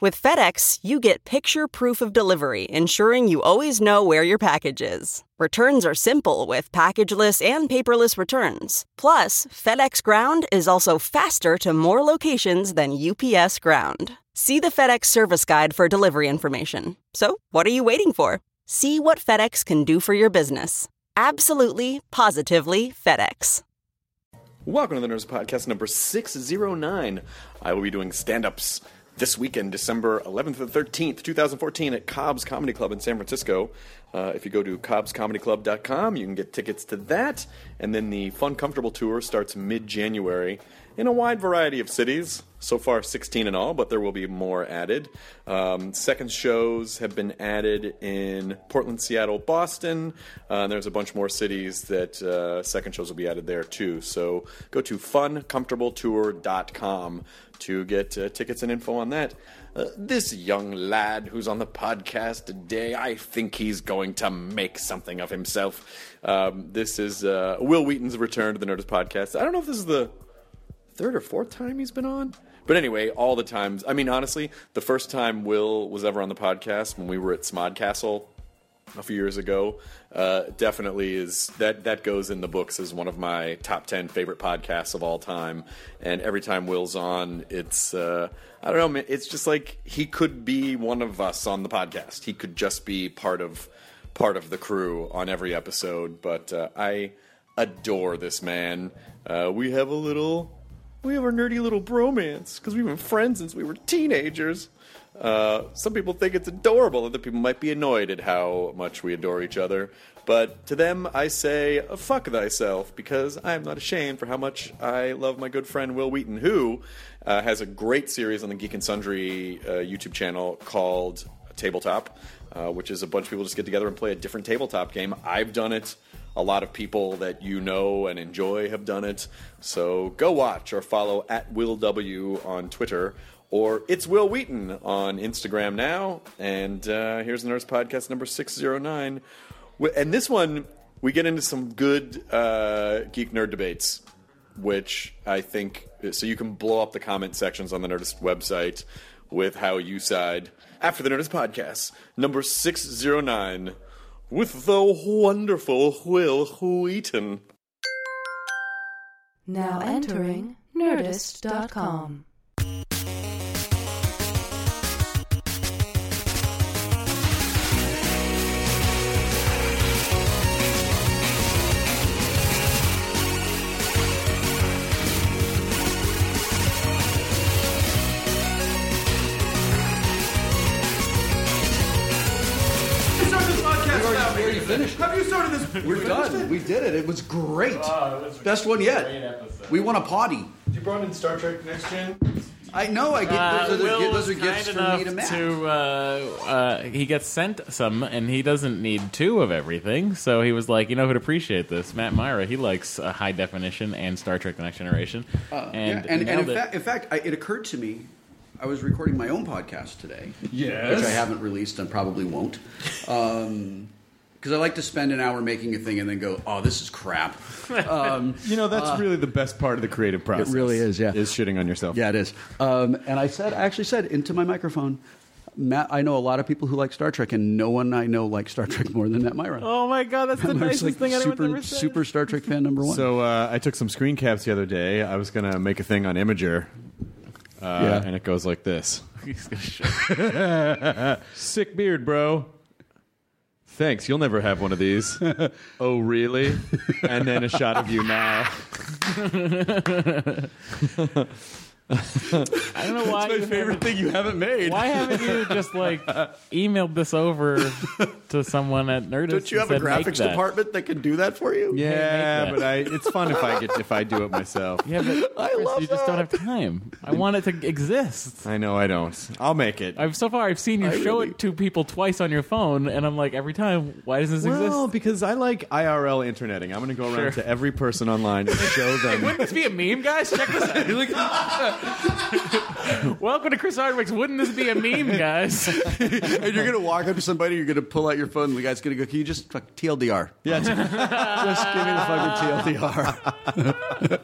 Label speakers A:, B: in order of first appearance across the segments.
A: With FedEx, you get picture proof of delivery, ensuring you always know where your package is. Returns are simple with packageless and paperless returns. Plus, FedEx Ground is also faster to more locations than UPS Ground. See the FedEx service guide for delivery information. So, what are you waiting for? See what FedEx can do for your business. Absolutely, positively FedEx.
B: Welcome to the Nerds Podcast number 609. I will be doing stand ups this weekend, December 11th and 13th, 2014, at Cobb's Comedy Club in San Francisco. Uh, if you go to cobbscomedyclub.com, you can get tickets to that. And then the Fun Comfortable Tour starts mid January in a wide variety of cities. So far, 16 in all, but there will be more added. Um, second shows have been added in Portland, Seattle, Boston. Uh, and there's a bunch more cities that uh, second shows will be added there too. So go to funcomfortabletour.com to get uh, tickets and info on that. Uh, this young lad who's on the podcast today, I think he's going to make something of himself. Um, this is uh, Will Wheaton's return to the Nerdist podcast. I don't know if this is the third or fourth time he's been on. But anyway, all the times. I mean, honestly, the first time Will was ever on the podcast when we were at Smodcastle a few years ago uh, definitely is that that goes in the books as one of my top 10 favorite podcasts of all time and every time will's on it's uh, i don't know man, it's just like he could be one of us on the podcast he could just be part of part of the crew on every episode but uh, i adore this man uh, we have a little we have our nerdy little bromance because we've been friends since we were teenagers. Uh, some people think it's adorable. Other people might be annoyed at how much we adore each other. But to them, I say, uh, fuck thyself, because I am not ashamed for how much I love my good friend Will Wheaton, who uh, has a great series on the Geek and Sundry uh, YouTube channel called Tabletop, uh, which is a bunch of people just get together and play a different tabletop game. I've done it. A lot of people that you know and enjoy have done it. So go watch or follow at Will W on Twitter or it's Will Wheaton on Instagram now. And uh, here's the Nerds Podcast number 609. Wi- And this one, we get into some good uh, geek nerd debates, which I think, so you can blow up the comment sections on the Nerdist website with how you side after the Nerdist Podcast number 609 with the wonderful Will Wheaton.
C: Now entering Nerdist.com.
D: You started this podcast
E: We
D: without
E: already, we already
D: me.
E: finished.
D: Have you started this?
E: We're done. We did it. It was great. Best one yet. We won a potty.
D: You brought in Star Trek Next Gen.
E: I know. I get
F: Uh,
E: those,
F: Will
E: are, the- those are
F: was
E: gifts
F: kind
E: from me to
F: enough
E: Matt.
F: to, uh, uh, he gets sent some, and he doesn't need two of everything. So he was like, you know who'd appreciate this? Matt Myra. He likes uh, high definition and Star Trek: The Next Generation.
G: Uh,
F: and
E: Yeah, and, and
F: nailed
E: in,
F: it.
E: fact, in fact, I, it occurred to me. I was recording my own podcast today,
D: Yes.
E: which I haven't released and probably won't, because I like to spend an hour making a thing and then go, "Oh, this is crap." Uh,
H: You know,
G: uh,
H: that's really the best part of the creative process.
E: really is, yeah.
H: Is shitting on yourself.
E: Yeah, it is. Um, and I said, I actually said into my microphone, Matt, I know a lot of people who like Star Trek, and no one I know likes Star Trek more than Matt Myra.
F: oh my god, that's the
E: Matt Myra's
F: nicest
E: like
F: thing anyone's
E: super,
F: ever said.
E: super Star Trek fan number one.
H: So uh, I took some screen caps the other day. I was gonna make a thing on Imager, uh,
E: Yeah.
H: and it goes like this:
F: He's gonna sh-
H: "Sick beard, bro. Thanks. You'll never have one of these. oh, really? And then a shot of you now.
F: I don't know why. you haven't-
B: thing you haven't made.
F: Why haven't you just like emailed this over to someone at Nerdist?
G: Don't you
F: and
G: have a
F: said, "Make
G: graphics
F: that."
G: department that can do that for you?
B: Yeah,
F: make that.
B: but I, it's fun if I get if I do it myself.
F: Yeah, but
G: I
F: Chris,
G: love
F: you just don't
G: that.
F: have time. I want it to exist.
B: I know I don't. I'll make it.
F: I've so far I've seen you
G: I
F: show
G: really-
F: it to people twice on your phone, and I'm like every time, why does this
B: well,
F: exist?
B: because I like IRL interneting. I'm going to go around
F: Sure.
B: to every person online and show them.
F: This be a meme, guys. Check this out. Welcome to Chris Hardwick's. Wouldn't this be a meme, guys?
E: and you're gonna walk up to somebody, you're gonna pull out your phone, and the guy's gonna go, "Can you just fuck TLDR?
B: yeah,
E: Just give me the fucking TLDR."
B: I'm gonna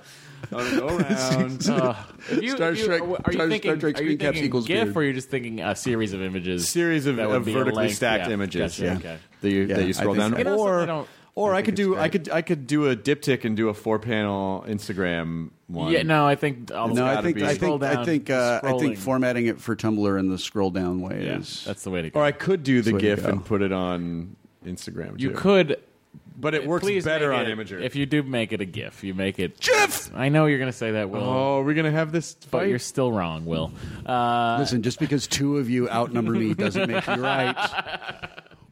B: oh, go around.
F: If you-
E: Star
F: if you-
E: Trek- Star-
F: Are you thinking,
E: Star Trek
F: are you
E: screen caps
F: thinking
E: equals
F: GIF,
E: beard.
F: or are you just thinking a series of images?
B: series of,
F: That would
B: of
F: be a
B: vertically
F: length-
B: stacked
F: yeah,
B: images
F: gotcha,
B: yeah,
F: okay.
B: that you that
E: Yeah,
B: you
E: I
B: scroll
E: think
B: down,
E: so. And
F: also, I
B: or
F: don't-
B: or
E: I
B: I,
E: think
B: could
E: it's
B: do I
E: great.
B: could I could do a diptych and do a four panel Instagram one.
F: Yeah, no, I think all
E: no, I
B: gotta
E: think
B: be-
E: I
F: Scroll
E: think I
F: down,
E: think uh, I
F: scrolling.
E: think formatting it for Tumblr in the scroll down way
F: Yeah,
E: is
F: that's the way to go.
B: or I could do the
E: That's the way to
B: GIF
E: go.
B: and put it on Instagram.
F: you
B: too.
F: could
B: but it works
F: Please
B: better
F: make
B: on
F: it-
B: Imager.
F: If you do make it a GIF, you make it.
B: GIF.
F: I know you're going to say that, Will,
B: Oh, we're gonna have this
F: but
B: fight.
F: you're still wrong, Will. Uh,
E: Listen, just because two of you outnumber me doesn't make you right.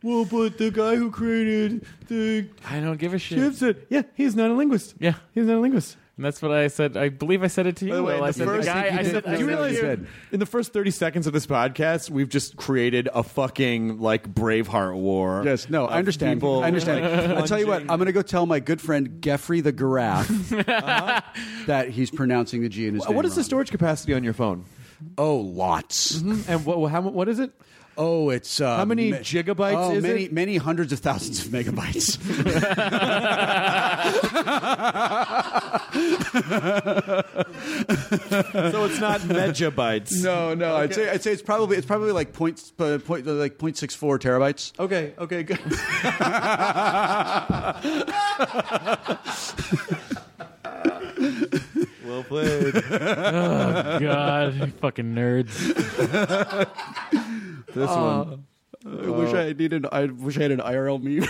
B: well, but the guy who created the
F: I don't give a shit.
B: GIF said, yeah, he's not a linguist.
F: Yeah.
B: he's not a linguist.
F: And that's what I said. I believe I said it to you.
B: By the way,
F: Will. I
B: in the
F: said
B: first,
F: the guy. I said,
B: do you
F: I said-
B: realize
E: you said.
B: in the first thirty seconds of this podcast, we've just created a fucking like Braveheart war.
E: Yes, no,
B: of
E: I understand.
B: people,
E: I understand.
B: like,
E: I tell you what, I'm
B: plunging.
E: going to go tell my good friend Geoffrey the Giraffe that he's pronouncing the G in his name.
B: what is the
E: wrong.
B: storage capacity on your phone?
E: Oh, lots.
F: Mm-hmm.
B: And what? How, what is it?
E: Oh, it's uh,
B: How many
E: ma-
B: gigabytes
E: Oh,
B: is
E: many,
B: it?
E: many hundreds of thousands of megabytes.
B: so it's not megabytes.
E: no, no, I'd say I'd say it's probably it's probably like point, uh, point uh, like point six four terabytes.
B: Okay. Okay. Good. well played.
F: Oh, God, fucking nerds.
B: This one.
E: I wish I needed. I wish I had an IRL meme.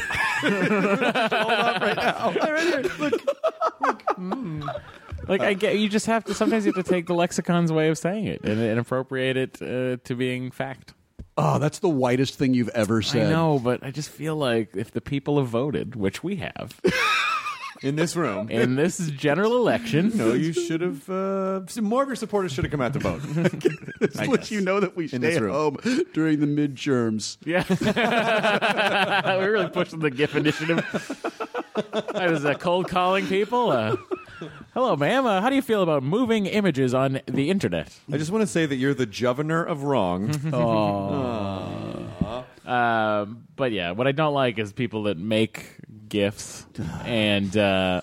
F: Like I get, you just have to. Sometimes you have to take the lexicon's way of saying it and, and appropriate it uh, to being fact.
E: oh, that's the whitest thing you've ever said.
F: I know, but I just feel like if the people have voted, which we have,
B: In this room.
F: in this general election,
B: No, you should have. Uh, more of your supporters should have come out to vote.
E: Just
B: I
E: let
B: guess.
E: you know that we
B: In
E: stay
B: this
E: at
B: room.
E: home during the midterms.
F: Yeah. We're really pushing the GIF initiative. I was uh, cold calling people. Uh, Hello, ma'am. Uh, how do you feel about moving images on the internet?
B: I just want to say that you're the governor of wrong.
F: Um, but yeah, what I don't like is people that make GIFs and uh,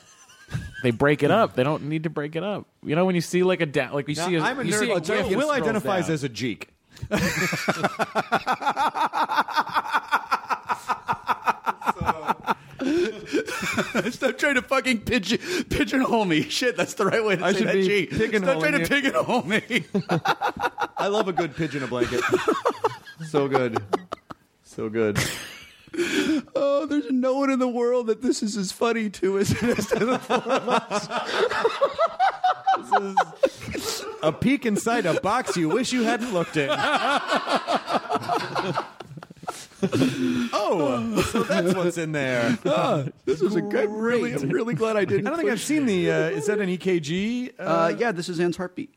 F: they break it up. They don't need to break it up. You know, when you see like a da- like you see a, you see a
B: Will
F: GIF, it scrolls
B: identifies
F: down.
B: as a jeek.
E: Stop trying to fucking pigeon, pigeonhole me. Shit, that's the right way to
B: I
E: say
B: should
E: that.
B: be
E: G. Stop
B: pigeonholing
E: trying
B: you.
E: to pigeonhole me.
B: I love a good pigeon a blanket. so good. So good.
E: oh, there's no one in the world that this is as funny to as it is to the four of us.
B: A peek inside a box you wish you hadn't looked in. oh, so that's what's in there.
E: This was a good. Really, I'm really glad I
B: I
E: didn't.
B: don't think I've seen the. Uh, is that an EKG? Uh,
E: Uh, yeah, this is Anne's heartbeat.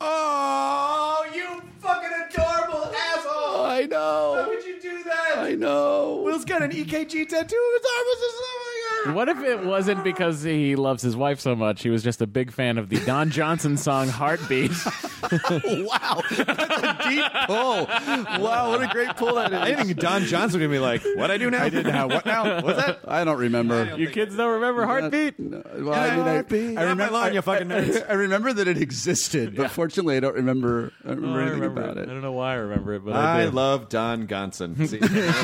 B: oh, you fucking adorable asshole!
E: I know.
B: would you do that?
E: I know.
B: Will's got an EKG tattoo of his arm. It's just-
F: What if it wasn't because he loves his wife so much? He was just a big fan of the Don Johnson song "Heartbeat."
E: wow, that's a deep pull. Wow, what a great pull that is.
B: I didn't think Don Johnson would be like, "What I do now? I did now. What now? What's that?"
E: I don't remember.
F: you kids don't remember "Heartbeat"?
E: No, well, I mean, I,
B: Heartbeat.
E: I
B: Not my
E: remember.
B: line,
E: I,
B: you fucking nerds.
E: I remember that it existed, but fortunately, I don't remember. I don't remember
F: Oh, I
E: anything
F: remember
E: about
F: it. I
E: it.
F: don't know why I remember it, but I,
B: I
F: do.
B: love Don Johnson. See, this is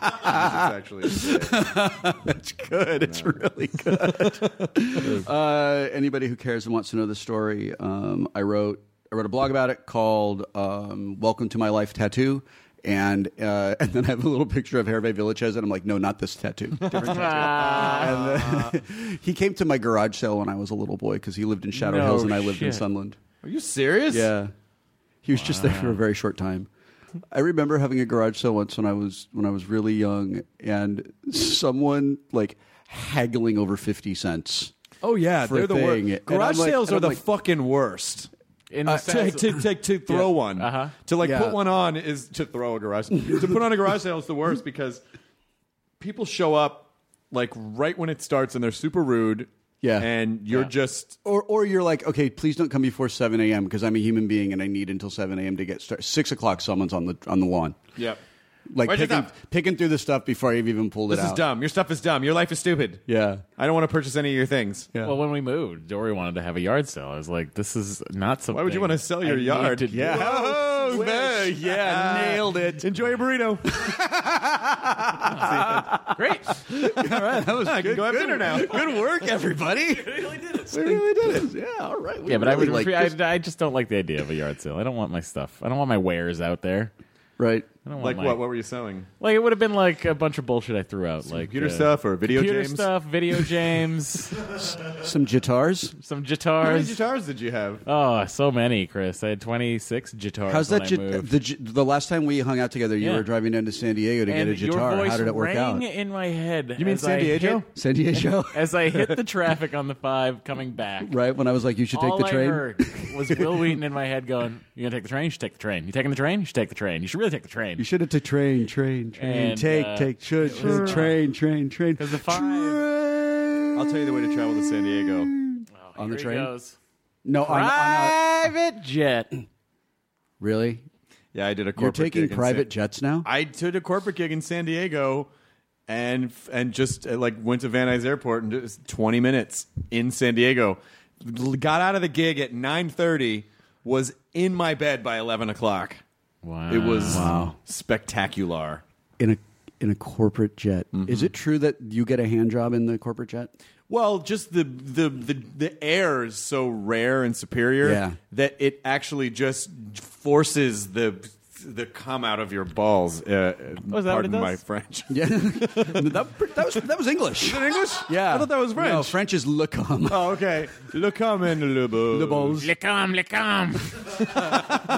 B: actually
E: It's good. It's really good. uh, anybody who cares and wants to know the story, um, I wrote. I wrote a blog about it called um, "Welcome to My Life Tattoo." And uh, and then I have a little picture of Hervé Villachez, and I'm like, no, not this tattoo. Different tattoo. and then, he came to my garage sale when I was a little boy because he lived in Shadow
F: No
E: Hills and I lived in
F: shit.
E: Sunland.
B: Are you serious?
E: Yeah, he was just there for a very short time. I remember having a garage sale once when I was when I was really young, and someone like haggling over fifty cents.
B: Oh yeah,
E: For
B: they're the
E: thing.
B: worst.
E: And
B: Garage
E: I'm like-
B: sales
E: and
B: are
E: I'm
B: the
E: like-
B: fucking worst.
F: In the
B: Uh, to,
F: sense-
B: to, to, to throw one,
F: Uh-huh.
B: to like
E: Yeah.
B: put one on is to throw a garage. to put on a garage sale is the worst because people show up like right when it starts and they're super rude.
E: Yeah.
B: and you're just
E: Or, or you're like, okay, please don't come before seven a.m. because I'm a human being and I need until seven a.m. to get started. Six o'clock, someone's on the on the lawn,
B: yeah.
E: like
B: Where's your
E: picking,
B: stuff?
E: picking through the stuff before I've even pulled
B: This
E: it out.
B: is dumb. Your stuff is dumb. Your life is stupid.
E: Yeah.
B: I don't want to purchase any of your things.
E: Yeah.
F: Well, when we moved, Dory wanted to have a yard sale. I was like, "This is not something."
B: Why would you want to sell your
F: I need
B: yard?
F: to do.
E: Yeah.
B: Whoa, there, yeah, nailed it. Oh, Enjoy your burrito.
F: Great.
E: all right, that was
B: I can
E: good.
B: go have
E: good-
B: dinner now.
E: Good work, everybody. we really did it. We really did it. Yeah, all right. We
F: Yeah, but I
E: really
F: would.
E: like
F: pre-
E: this.
F: I, I just don't like the idea of a yard sale. I don't want my stuff. I don't want my wares out there.
E: right.
F: I don't
B: Like
F: want my-
B: what? What were you selling?
F: Like it would have been like a bunch of bullshit I threw out, like
B: Computer
F: uh,
B: stuff or video
F: computer
B: games?
F: stuff, video games,
E: Some guitars.
F: some
B: How many
F: guitars.
B: guitars did you have?
F: Oh, so many, Chris. I had twenty six guitars.
E: How's
F: when
E: that?
F: I
E: gi-
F: moved.
E: the, gi- the last time we hung out together, you
F: Yeah.
E: were driving down to San Diego to
F: and
E: get a
F: your
E: guitar.
F: voice
E: How did it work
F: rang
E: out?
F: in my head.
B: You mean
F: as
B: San
F: I
B: Diego?
F: hit-
E: San Diego,
F: as I hit the traffic on the five coming back.
E: right? When I was like, you should take
F: all
E: the train.
F: I heard was Will Wheaton in my head going, "You're gonna take the train. You should take the train. You taking the train? You should take the train. You should really take the train."
E: You should have to train, train, train,
F: And,
E: take,
F: uh,
E: take, should, should, train, train, train.
F: 'Cause the five-
E: Train.
B: I'll tell you the way to travel to San Diego.
F: Oh,
E: on the
F: here he
E: train?
F: goes.
E: No, on, on a,
F: Private jet.
E: really?
B: Yeah, I did a
E: You're
B: corporate.
E: taking
B: gig in
E: private
B: San-
E: jets now?
B: I did a corporate gig in San Diego, and f- and just uh, like went to Van Nuys Airport and just twenty minutes in San Diego. L- Got out of the gig at nine thirty. Was in my bed by eleven o'clock.
F: Wow.
B: It was
E: Wow.
B: spectacular.
E: in a in a corporate jet. Is it true that you get a hand job in the corporate jet?
B: Well, just the the the, the air is so rare and superior
E: Yeah.
B: that it actually just forces the the come out of your balls. Uh,
F: Oh, is that what
B: pardon
F: it does?
B: my French.
E: Yeah, that, that was that was English.
B: English?
E: Yeah,
B: I thought that was French.
E: No, French is le com.
B: Oh, okay. Le come and le beau.
F: Licom, licom,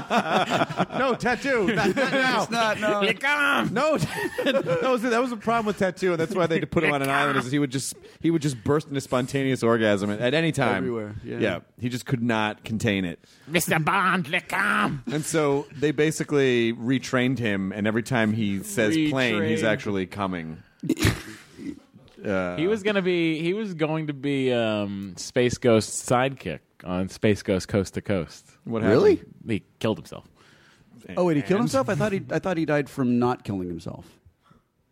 B: No, tattoo. Not, not now.
E: It's not no.
F: licom.
B: No, that was that was a problem with tattoo, and that's why they had to put him on an island. Is he would just he would just burst into spontaneous orgasm at, at any time.
E: Everywhere, yeah.
B: he just could not contain it,
F: Mr. Bond, licom.
B: and so they basically retrained him. And every time he says plane, he's
F: Retrained.
B: actually coming.
F: He was gonna be. He was going to be um, Space Ghost's sidekick on Space Ghost Coast to Coast.
B: What
E: Really?
B: happened?
F: He killed himself.
E: Oh wait, he killed himself. I thought he I thought he died from not killing himself.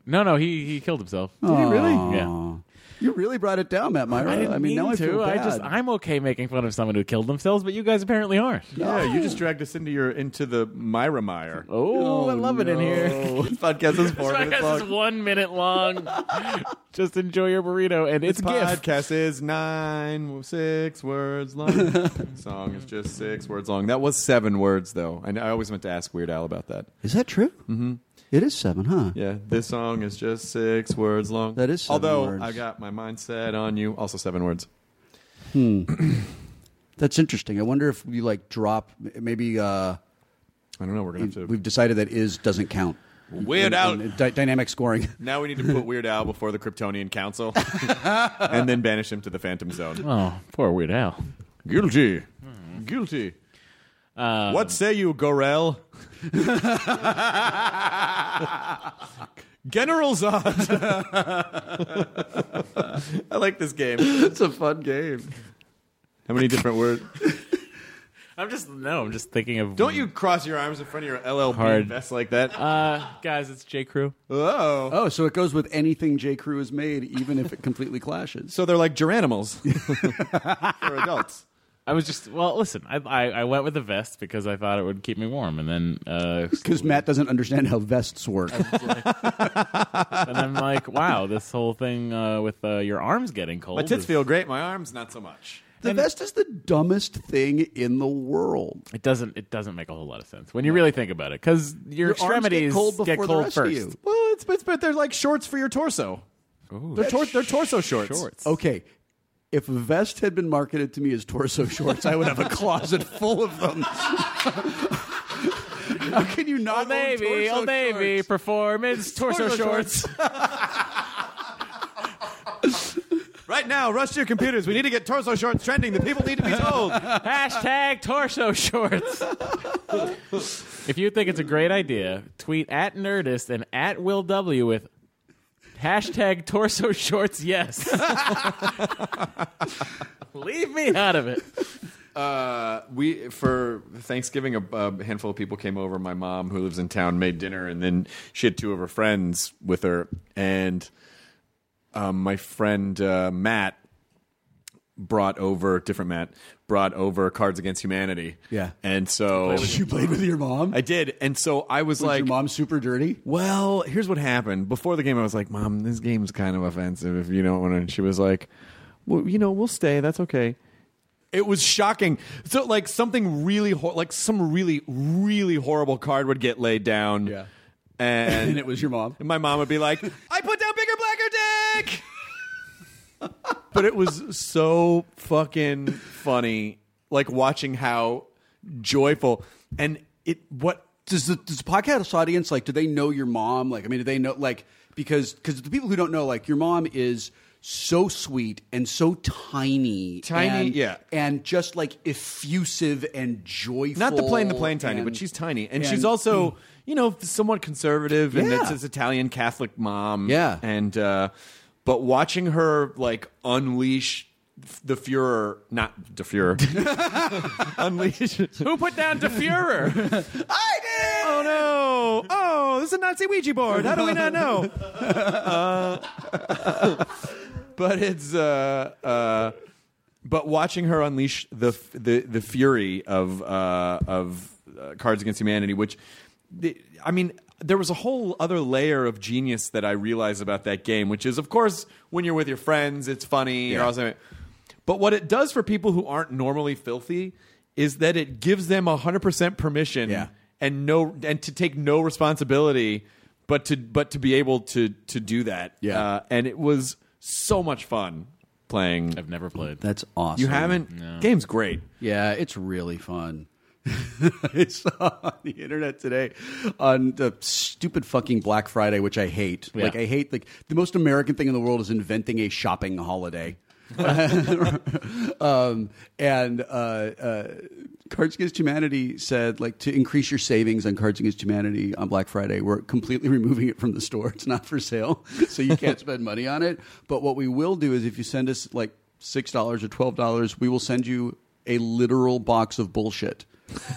F: No, no, he he killed himself. Did
E: he really?
F: Yeah.
E: You really brought it down, Matt Myra.
F: I didn't
E: mean,
F: mean
E: now
F: to.
E: I feel bad.
F: just I'm okay making fun of someone who killed themselves, but you guys apparently aren't.
B: Yeah, you just dragged us into your into the Myra Mire.
F: Oh, I love it in here.
B: this podcast is
F: This
B: four minutes
F: podcast is
B: long.
F: one minute long. just enjoy your burrito and it's
B: This
F: gift.
B: podcast is nine, six words long. Song is just six words long. That was seven words though, and I always meant to ask Weird Al about that.
E: is that true? Mm-hmm. It is seven, huh?
B: Yeah, this song is just six words long.
E: That is seven
B: Although
E: words.
B: I got my mind set on you. Also seven words.
E: That's interesting. I wonder if we like drop. Maybe uh,
B: I don't know. We're gonna have to.
E: we've decided that is doesn't count.
B: Weird Al.
E: And dy- dynamic scoring.
B: Now we need to put Weird Al before the Kryptonian Council, and then banish him to the Phantom Zone. Hmm.
F: Oh, poor Weird Al.
B: Guilty. Guilty.
F: Uh,
B: What say you, Gorel? General Zod. I like this game.
E: It's a fun game.
B: How many different words?
F: I'm just no. I'm just thinking of.
B: Don't you cross your arms in front of your LLB
F: Hard.
B: vest like that?
F: uh, guys? It's J Crew.
B: oh.
E: Oh, so it goes with anything J. Crew has made, even if it completely clashes.
B: So they're like geranimals for adults.
F: I was just well. Listen, I, I I went with the vest because I thought it would keep me warm, and then uh,
E: Because Matt doesn't understand how vests work.
F: and I'm like, wow, this whole thing uh, with uh, your arms getting cold.
B: My tits
F: is-
B: feel great, my arms not so much.
E: the vest is the dumbest thing in the world.
F: It doesn't. It doesn't make a whole lot of sense when you really think about it, because
E: Your
F: your,
E: arms
F: extremities
E: get cold before the rest of
F: first.
E: you.
B: Well, it's, but, but they're like shorts for your torso. They're, tor- they're torso shorts.
F: Shorts.
E: Okay, If a vest had been marketed to me as torso shorts, I would have a closet full of them. How can you not?
F: Old Navy,
E: own torso
F: Old Navy,
E: shorts?
F: performance, torso
E: Torso
F: shorts.
B: Right now, rush to your computers. We need to get torso shorts trending. The people need to be told.
F: Hashtag torso shorts. if you think it's a great idea, tweet at Nerdist and at Will W with hashtag torso shorts yes. Leave me out of it.
B: Uh, we for Thanksgiving, a, a handful of people came over. My mom, who lives in town, made dinner, and then she had two of her friends with her. And um, my friend uh, Matt brought over different Matt brought over Cards Against Humanity.
E: Yeah.
B: and so
E: You played with your mom.
B: I did, and so I was,
E: was
B: like,
E: your mom super dirty?
B: Well, here's what happened. Before the game, I was like, Mom, this game's kind of offensive if you don't want to. And she was like, Well, you know, we'll stay. That's okay. It was shocking. So, like, something really, hor- like, some really, really horrible card would get laid down.
E: Yeah.
B: And,
E: And it was your mom.
B: and my mom would be like, I put down bigger, blacker dick. but it was so fucking funny, like, watching how joyful and it, what,
E: does the, does the podcast audience like do they know your mom like i mean do they know like because because the people who don't know like your mom is so sweet and so tiny
B: Tiny,
E: and,
B: yeah.
E: and just like effusive and joyful
B: Not the plane, the plane tiny,
E: and-
B: but she's tiny, and,
E: and- mm.
B: she's also you know somewhat conservative, and
E: Yeah.
B: it's this Italian Catholic mom.
E: Yeah.
B: and uh, but watching her like unleash the Fuhrer, not the Fuhrer, unleash.
F: Who put down DeFuhrer?
B: I did. Oh no! Oh, this is a Nazi Ouija board. How do we not know? uh, but it's uh, uh, but watching her unleash the f- the the fury of uh, of uh, Cards Against Humanity, which the, I mean. There was a whole other layer of genius that I realized about that game, which is, of course, when you're with your friends, it's funny. You're also- but what it does for people who aren't normally filthy is that it gives them 100% permission
E: Yeah.
B: and no and to take no responsibility but to but to be able to to do that.
E: Yeah.
B: Uh, and it was so much fun playing.
F: I've never played.
E: that's awesome
B: You haven't game's great.
E: Yeah, it's really fun. it's on the internet today on the stupid fucking Black Friday, which I hate. Like I hate like the most American thing in the world is inventing a shopping holiday. um, and uh, uh, Cards Against Humanity said like to increase your savings on Cards Against Humanity on Black Friday, we're completely removing it from the store. It's not for sale, so you can't spend money on it. But what we will do is if you send us like six dollars or twelve dollars, we will send you a literal box of bullshit.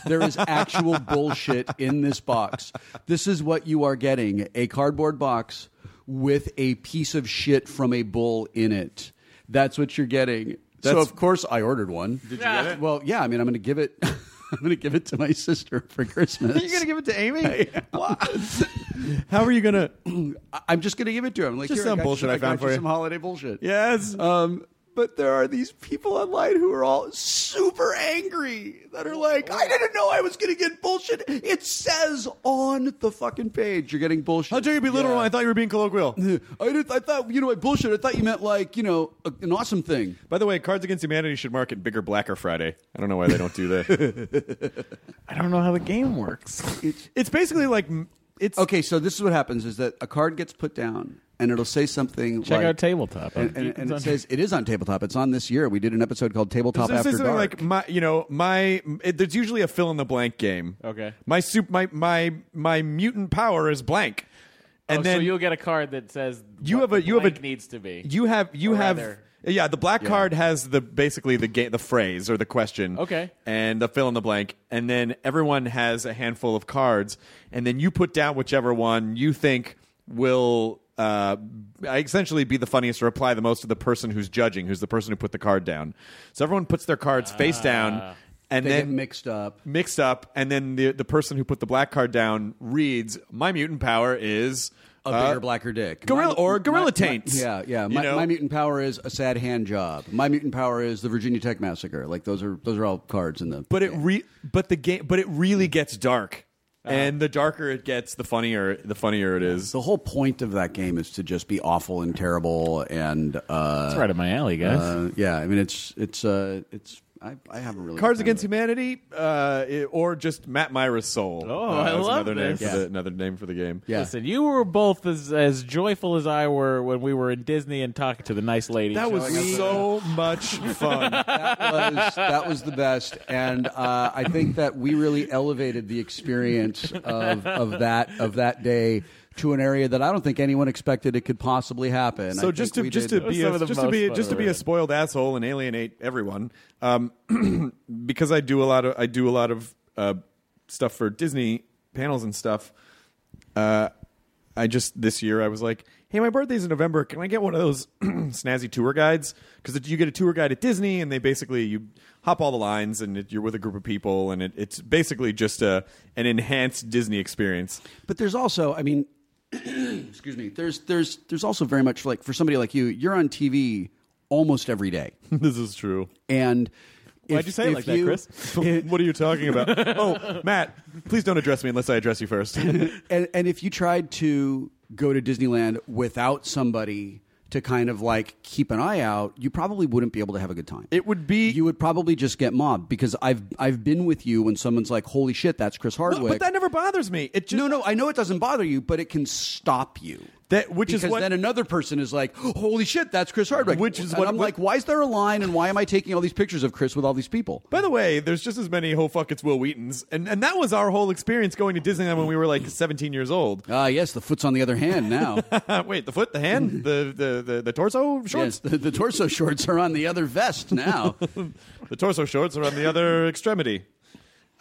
E: There is actual bullshit in this box. This is what you are getting a cardboard box with a piece of shit from a bull in it. That's what you're getting. so
B: That's-
E: of course I ordered one. Did you
F: get it?
E: Well, yeah, I mean I'm going to give it I'm going to give it to my sister for Christmas.
B: You're gonna give it to Amy? How are you gonna?
E: I- I'm just going to give it to her. I'm like
B: Just
E: "Here,
B: some
E: got
B: bullshit I
E: got
B: found for you."
E: Some holiday bullshit.
B: yes.
E: Um, but there are these people online who are all super angry that are like, I didn't know I was going to get bullshit. It says on the fucking page you're getting bullshit.
B: How dare you be literal?
E: Yeah.
B: I thought you were being colloquial.
E: I, did, I thought, you know, I bullshit. I thought you meant like, you know, a, an awesome thing.
B: By the way, Cards Against Humanity should market bigger Blacker Friday. I don't know why they don't do that.
F: I don't know how the game works.
B: it's basically like it's
E: Okay, so this is what happens is that a card gets put down and it'll say something
F: Check
E: like-
F: out tabletop.
E: And, and, and it
F: It's on-
E: says, it is on tabletop. It's on this year. We did an episode called Tabletop
B: So
E: After Dark.
B: say something like my, you know, my. It, there's usually a fill in the blank game.
F: Okay.
B: My soup, my my my mutant power is blank, and
F: oh,
B: then
F: so you'll get a card that says
B: you
F: what
B: have a
F: the
B: you have a
F: blank needs to be.
B: You have you
F: Or
B: have
F: rather-
B: yeah. The black card has the basically the ga- the phrase or the question.
F: Okay.
B: And the fill in the blank, and then everyone has a handful of cards, and then you put down whichever one you think will. Uh, essentially, be the funniest or apply the most to the person who's judging, who's the person who put the card down. So everyone puts their cards face
F: Ah.
B: down, and
E: they
B: then
E: get mixed up.
B: mixed up, and then the the person who put the black card down reads, "My mutant power is
E: A
B: uh,
E: bigger, blacker dick.
B: gorilla
E: My-
B: or gorilla
E: my-
B: taints."
E: Yeah, yeah.
B: You
E: My,
B: know?
E: my mutant power is a sad hand job. My mutant power is the Virginia Tech massacre. Like those are those are all cards in the.
F: Mm.
B: but it re but the game but it really gets dark
F: Uh-huh.
B: and the darker it gets, the funnier the funnier it is.
E: The whole point of that game is to just be awful and terrible, and uh,
F: That's right up my alley, guys.
E: uh, yeah, I mean it's it's uh, it's I, I haven't really
B: Cards
E: gotten
B: Against
E: into it.
B: Humanity, uh, it- or just Matt Myra's Soul.
F: Oh,
B: Uh,
F: I
B: is
F: love
B: another name
F: this.
B: for
F: Yeah.
B: the, another name for the game.
E: Yeah.
F: Listen, you were both as, as joyful as I were when we were in Disney and talking to the nice lady.
B: That was so much fun.
I: That was-
E: that was the best, and uh, I think that we really elevated the experience of, of that of that day to an area that I don't think anyone expected it could possibly happen. I
B: so
E: think
B: just
E: we
B: to just
E: did-
B: to be
F: Some
B: a,
F: of the
B: just to be
F: most
B: just to
F: fun
B: be
F: I've
B: a spoiled asshole and alienate everyone, um, because I do a lot of I do a lot of uh, stuff for Disney panels and stuff. Uh, I just this year I was like, hey, my birthday's in November. Can I get one of those snazzy tour guides? Because you get a tour guide at Disney, and they basically you hop all the lines, and it, you're with a group of people, and it, it's basically just a an enhanced Disney experience.
E: but there's also i mean excuse me there's there's there's also very much like for somebody like you you're on tv almost every day
B: this is true.
E: and
B: Why'd
E: if-
B: you say it
E: if
B: like
E: you-
B: that, Chris? what are you talking about? oh, Matt, please don't address me unless I address you first.
E: and, and if you tried to go to disneyland without somebody to kind of like keep an eye out you probably wouldn't be able to have a good time
B: It would be-
E: you would probably just get mobbed because i've i've been with you when someone's like holy shit that's chris hardwick
B: but that never bothers me. It just
E: no, no, I know it doesn't bother you, but it can stop you.
B: That- which is
E: Because
B: what-
E: then another person is like, "Holy shit, that's Chris Hardwick."
B: Which is
E: and
B: what-
E: I'm like, "Why is there a line? And why am I taking all these pictures of Chris with all these people?"
B: By the way, there's just as many "Ho fuck it's Will Wheaton's," and and that was our whole experience going to Disneyland when we were like 17 years old.
E: Ah, yes, the foot's on the other hand now.
B: Wait, the foot, the hand, the the the, the torso
E: yes,
B: shorts.
E: the, the torso shorts are on the other vest now.
B: The torso shorts are on the other extremity.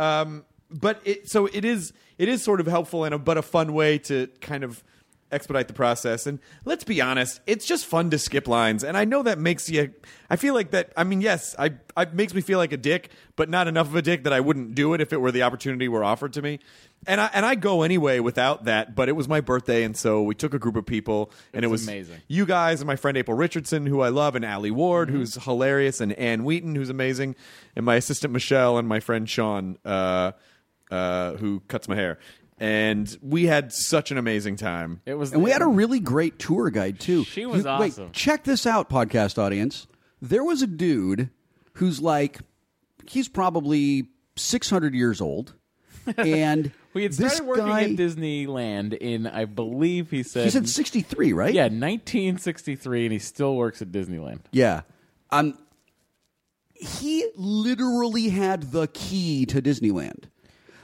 B: Um, but it so it is it is sort of helpful and a but a fun way to kind of expedite the process. And let's be honest, it's just fun to skip lines. And I know that makes you. I feel like that. I mean, yes, I, I it makes me feel like a dick, but not enough of a dick that I wouldn't do it if it were the opportunity were offered to me. And I and I go anyway without that. But it was my birthday, and so we took a group of people, and it was
F: amazing.
B: you guys and my friend April Richardson, who I love, and Ali Ward, who's hilarious, and Ann Wheaton, who's amazing, and my assistant Michelle and my friend Sean, uh, uh, who cuts my hair. And we had such an amazing time.
F: It was,
E: and we had a really great tour guide too.
F: She was awesome.
E: Wait, check this out, podcast audience. There was a dude who's like, he's probably 600 years old, and
F: We had
E: this
F: started working
E: guy,
F: at Disneyland in, I believe he said,
E: He said 63, right?
F: yeah, 1963, and he still works at Disneyland.
E: Yeah. Um, he literally had the key to Disneyland.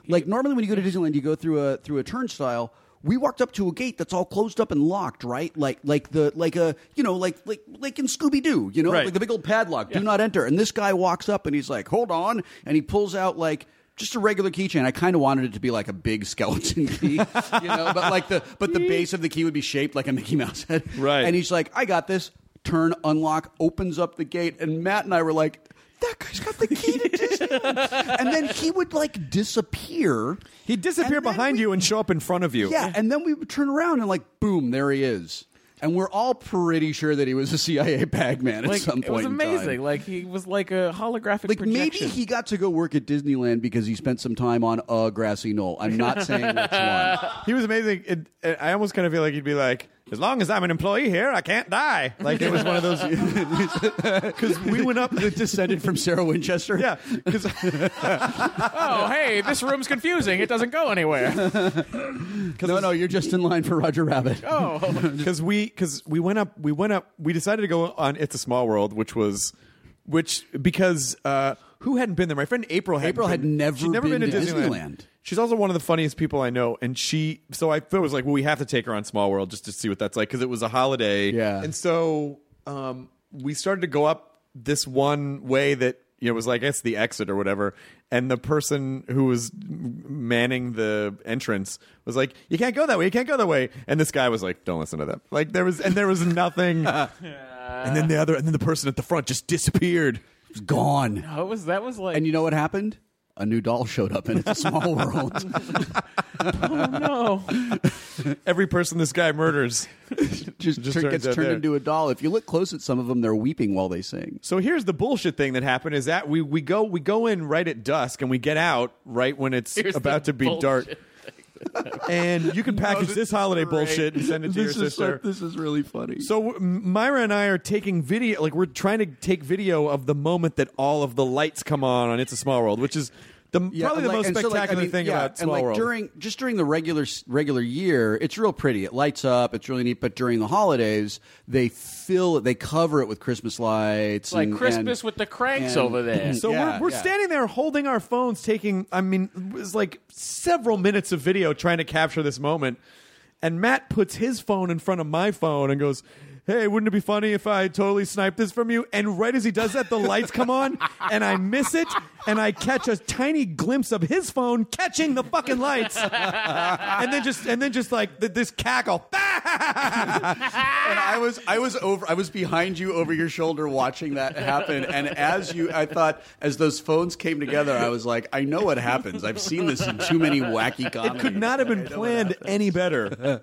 E: Like normally when you go to Disneyland, you go through a through a turnstile. We walked up to a gate that's all closed up and locked, right? Like like the like a you know like like like in Scooby Doo, you know,
B: Right.
E: like the big old padlock. Do not enter. And this guy walks up and he's like, "Hold on," and he pulls out like. Just a regular keychain. I kind of wanted it to be like a big skeleton key, you know, but like the but the base of the key would be shaped like a Mickey Mouse head.
B: Right.
E: And he's like, I got this. Turn, unlock, opens up the gate. And Matt and I were like, that guy's got the key to Disneyland. and then he would like disappear.
B: He'd disappear
E: And then
B: behind
E: we-
B: you and show up in front of you.
E: Yeah. And then we would turn around and like, boom, there he is. And we're all pretty sure that he was a CIA bagman at
F: Like,
E: some point.
F: it was
E: in time.
F: amazing. Like, he was like a holographic
E: Like
F: projection.
E: maybe he got to go work at Disneyland because he spent some time on a grassy knoll. I'm not saying which one.
B: He was amazing. It, it- I almost kind of feel like he'd be like, as long as I'm an employee here, I can't die. Like it was one of those. Because we went up the
E: Descended from Sarah Winchester.
B: Yeah, because
F: oh, hey, this room's confusing. It doesn't go anywhere.
E: No, no, you're just in line for Roger Rabbit.
F: Oh,
B: because we because we went up we went up we decided to go on it's a small world which was which because uh who hadn't been there my friend april had
E: April had never
B: she'd never been,
E: been
B: to
E: to
B: disneyland.
E: Disneyland.
B: she's also one of the funniest people i know and she so i felt was like well we have to take her on small world just to see what that's like because it was a holiday
E: Yeah.
B: and so um we started to go up this one way that you know was like it's the exit or whatever and the person who was manning the entrance was like you can't go that way you can't go that way and this guy was like don't listen to them like there was and there was nothing and then the other and then the person at the front just disappeared
E: It's gone.
F: that was that was like
E: And you know what happened? A new doll showed up, and it's a small world.
F: oh, no.
B: every person this guy murders
E: just
B: Just
E: turn-
B: turns
E: gets
B: out
E: turned
B: there.
E: into a doll. If you look close at some of them, they're weeping while they sing.
B: So here's the bullshit thing that happened is that we, we go we go in right at dusk and we get out right when it's
F: Here's
B: about to
F: the
B: be dark.
F: bullshit
B: and you can package
E: this
B: this
E: is
B: holiday
E: great.
B: bullshit and send it to your
E: This is so-
B: sister.
E: this is really funny.
B: So w- Myra and I are taking video, like we're trying to take video of the moment that all of the lights come on on It's a Small World, which is the
E: Yeah,
B: probably
E: and
B: the
E: like-
B: most
E: and so,
B: spectacular
E: like, I mean,
B: thing
E: yeah,
B: about Small
E: and like
B: World.
E: during just during the regular s- regular year, it's real pretty. It lights up. It's really neat. But during the holidays, they fill it. They cover it with Christmas lights,
F: Like
E: and-
F: Christmas
E: and-
F: with the cranks
E: and-
F: over there.
B: so
E: Yeah,
B: we're, we're
E: yeah.
B: standing there holding our phones, taking, I mean, it was like several minutes of video trying to capture this moment. And Matt puts his phone in front of my phone and goes, Hey, wouldn't it be funny if I totally sniped this from you? And right as he does that, the lights come on and I miss it. And I catch a tiny glimpse of his phone catching the fucking lights. and then just, and then just like th- this cackle.
E: and I was I was over I was behind you over your shoulder watching that happen and as you I thought as those phones came together I was like I know what happens I've seen this in too many wacky comedies.
B: Could not have been planned any better.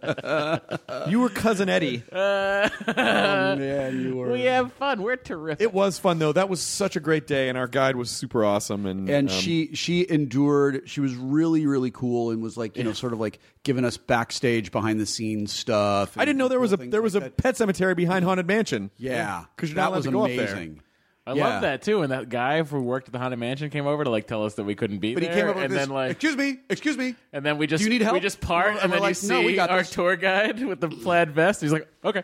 B: you were cousin Eddie.
E: oh, man you were
F: we have fun. We're terrific.
B: It was fun though. That was such a great day, and our guide was super awesome. And
E: and
B: um,
E: she she endured she was really really cool and was like you know sort of like giving us backstage behind the scenes stuff
B: I didn't know there was a there was a pet cemetery behind Haunted Mansion.
E: yeah
B: because you're
E: that
B: not allowed
E: was
B: to go
E: amazing
B: up there.
F: I
E: yeah.
F: love that too. And that guy who worked at the haunted mansion came over to like tell us that we couldn't be
E: but he
F: there.
E: came up with
F: and
E: this
F: then like
E: excuse me excuse me
F: And then we just
E: Do you need help
F: we just part,
E: No,
F: and
E: we're
F: then you
E: like,
F: see
E: no, we got
F: our
E: this.
F: tour guide with the plaid vest. He's like, okay,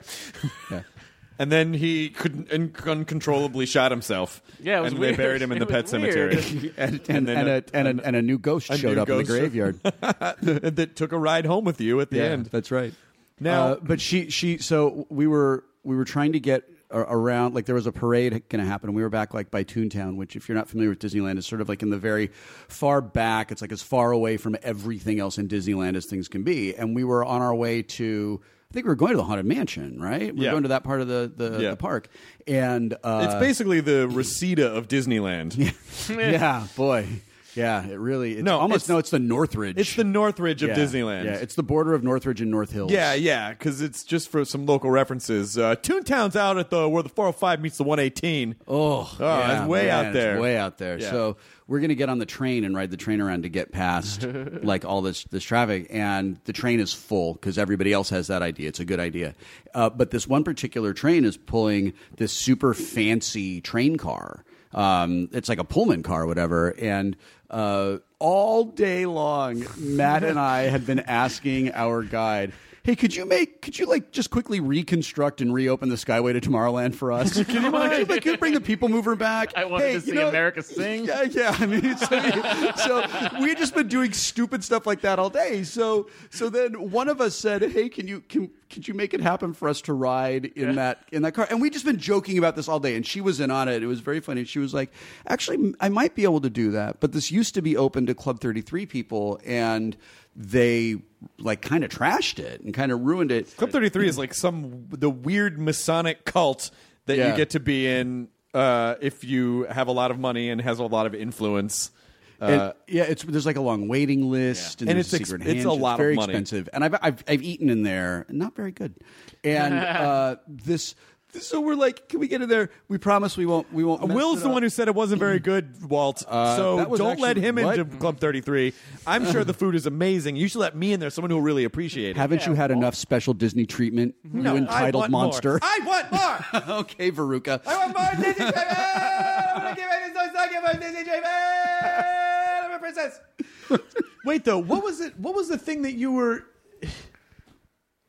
B: And then he couldn't un- uncontrollably shot himself.
F: Yeah, it was
B: and
F: weird.
B: they buried him in the
F: It
B: pet
F: was weird.
B: cemetery.
E: and, and,
B: then
E: and, a, and, a, and a new ghost
B: a
E: showed
B: new
E: up in
B: ghost.
E: the graveyard.
B: that took a ride home with you at the end.
E: that's right.
B: Now-
E: uh, but she she so we were we were trying to get a- around like there was a parade going to happen. We were back like by Toontown, which if you're not familiar with Disneyland, is sort of like in the very far back. It's like as far away from everything else in Disneyland as things can be. And we were on our way to. I think we were going to the haunted mansion, right? We were
B: Yeah.
E: going to that part of the the,
B: Yeah.
E: the park, and uh,
B: it's basically the Reseda of Disneyland.
E: yeah, boy, yeah, it really. It's
B: No,
E: almost
B: it's-
E: no, it's the Northridge.
B: It's the Northridge of
E: Yeah.
B: Disneyland.
E: Yeah, it's the border of Northridge and North Hills.
B: Yeah, yeah, because it's just for some local references. Uh, Toontown's out at the where the 405 meets the 118.
E: Oh, yeah,
B: it's way
E: man,
B: out there.
E: It's way out there.
B: Yeah.
E: So we're gonna get on the train and ride the train around to get past like all this this traffic, and the train is full because everybody else has that idea. It's a good idea, uh, but this one particular train is pulling this super fancy train car. Um, it's like a Pullman car, or whatever, and. Uh, all day long, Matt and I had been asking our guide, "Hey, could you make? Could you like just quickly reconstruct and reopen the Skyway to Tomorrowland for us? Can you, mind? Could you, like, could you bring the people mover back?
F: I wanted
E: Hey,
F: to
E: you
F: see
E: know-
F: America sing.
E: Yeah, yeah. I mean, it's- so we had just been doing stupid stuff like that all day. So, so then one of us said, "Hey, can you can could you make it happen for us to ride in that in that car?" And we just been joking about this all day. And she was in on it. It was very funny. She was like, "Actually, I might be able to do that, but this used to be open to Club Thirty Three people, and they like kind of trashed it and kind of ruined it."
B: Club 33 is like some the weird Masonic cult that
E: Yeah.
B: you get to be in uh, if you have a lot of money and has a lot of influence.
E: And,
B: Uh,
E: yeah, it's there's like a long waiting list, and,
B: And
E: there's
B: it's
E: a
B: ex-
E: secret
B: it's a
E: handshake.
B: lot of
E: very
B: money.
E: expensive, and I've, I've I've eaten in there, not very good. And uh, this, this- so we're like, can we get in there? We promise we won't. We won't. mess
B: Uh, Will's
E: it
B: the
E: up. Uh,
B: one who said it wasn't very good, Walt. so
E: that was
B: don't let
E: actually-
B: him
E: what?
B: into Club 33. I'm sure the food is amazing. You should let me in there, someone who will really appreciate it.
E: Haven't you had enough special Disney treatment?
B: No,
E: you
B: I
E: entitled
B: want more.
E: monster.
B: I want more.
E: okay, Veruca.
B: I want more Disney treatment. I want to give it so I get more Disney treatment. I'm a princess. Wait though, what was it? What was the thing that you were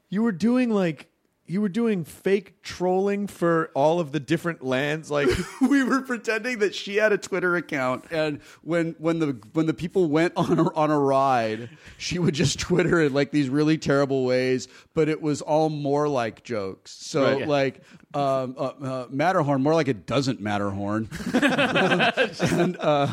B: you were doing like you were doing fake trolling for all of the different lands like
E: we were pretending that she had a Twitter account, and when when the when the people went on a, on a ride, she would just Twitter in like these really terrible ways, but it was all more like jokes. So
B: Right, yeah.
E: like um, uh, uh, Matterhorn, more like it doesn't Matterhorn, and. Uh,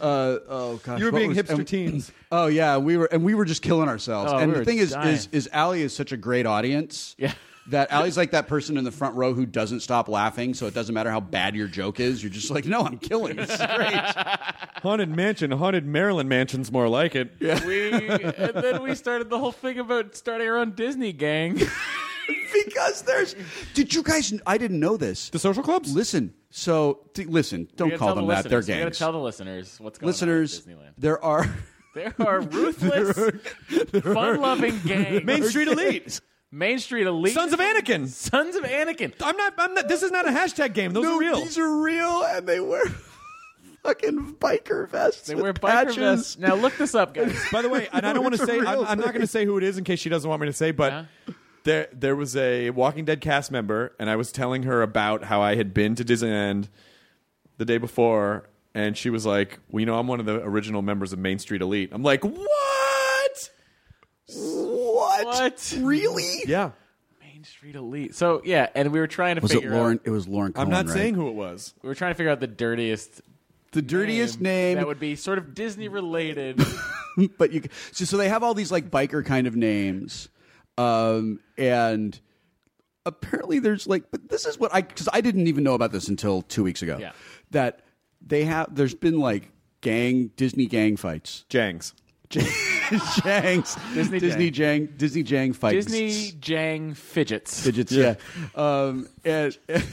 E: uh, oh gosh!
B: you were
E: what
B: being
E: was-
B: hipster
E: and-
B: teens.
E: Oh yeah, we were, and we were just killing ourselves.
F: Oh,
E: and
F: we
E: the
F: were
E: thing is,
F: dying.
E: is, is Allie is such a great audience.
F: Yeah.
E: That Allie's like that person in the front row who doesn't stop laughing, so it doesn't matter how bad your joke is. You're just like, no, I'm killing. This is great.
B: Haunted Mansion, Haunted Maryland Mansion's more like it. Yeah.
F: we and then we started the whole thing about starting our own Disney gang.
E: because there's. Did you guys? I didn't know this.
B: The social clubs?
E: Listen. So t- listen. Don't
F: We gotta
E: call
F: tell
E: them
F: the
E: that. They're
F: listeners. We gotta
E: gangs.
F: tell the listeners what's going
E: listeners,
F: on at Disneyland.
E: there are
F: There are ruthless, fun-loving gangs.
B: Main Street Elite,
F: Main Street elite.
B: Sons of Anakin.
F: Sons of Anakin.
B: I'm not. I'm not. This is not a hashtag game. Those
E: No,
B: are real.
E: These are real, and they wear fucking biker vests.
F: They
E: with
F: wear biker
E: patches.
F: vests. Now look this up, guys.
B: By the way, and I don't want
E: it's
B: to
E: a
B: say. I'm,
E: real
B: I'm not going to say who it is in case she doesn't want me to say. But there, there was a Walking Dead cast member, and I was telling her about how I had been to Disneyland the day before, and she was like, "Well, you know, I'm one of the original members of Main Street Elite." I'm like, "What?
E: What?
F: What?
E: Really?
B: Yeah."
F: Main Street elite. So yeah, and we were trying to
E: Was it
F: figure
E: Lauren?
F: out.
E: It was Lauren.
B: I'm
E: Cohen,
B: not
E: right?
B: saying who it was.
F: We were trying to figure out the dirtiest.
E: the dirtiest name.
F: that would be sort of Disney related.
E: but you so, so they have all these like biker kind of names um and apparently there's like but this is what i because i didn't even know about this until two weeks ago
F: Yeah.
E: that they have there's been like gang disney gang fights
B: Jangs.
E: jangs
F: Disney
E: disney jang disney jang fights
F: Disney Jang fidgets.
E: Fidgets, yeah. Um, and,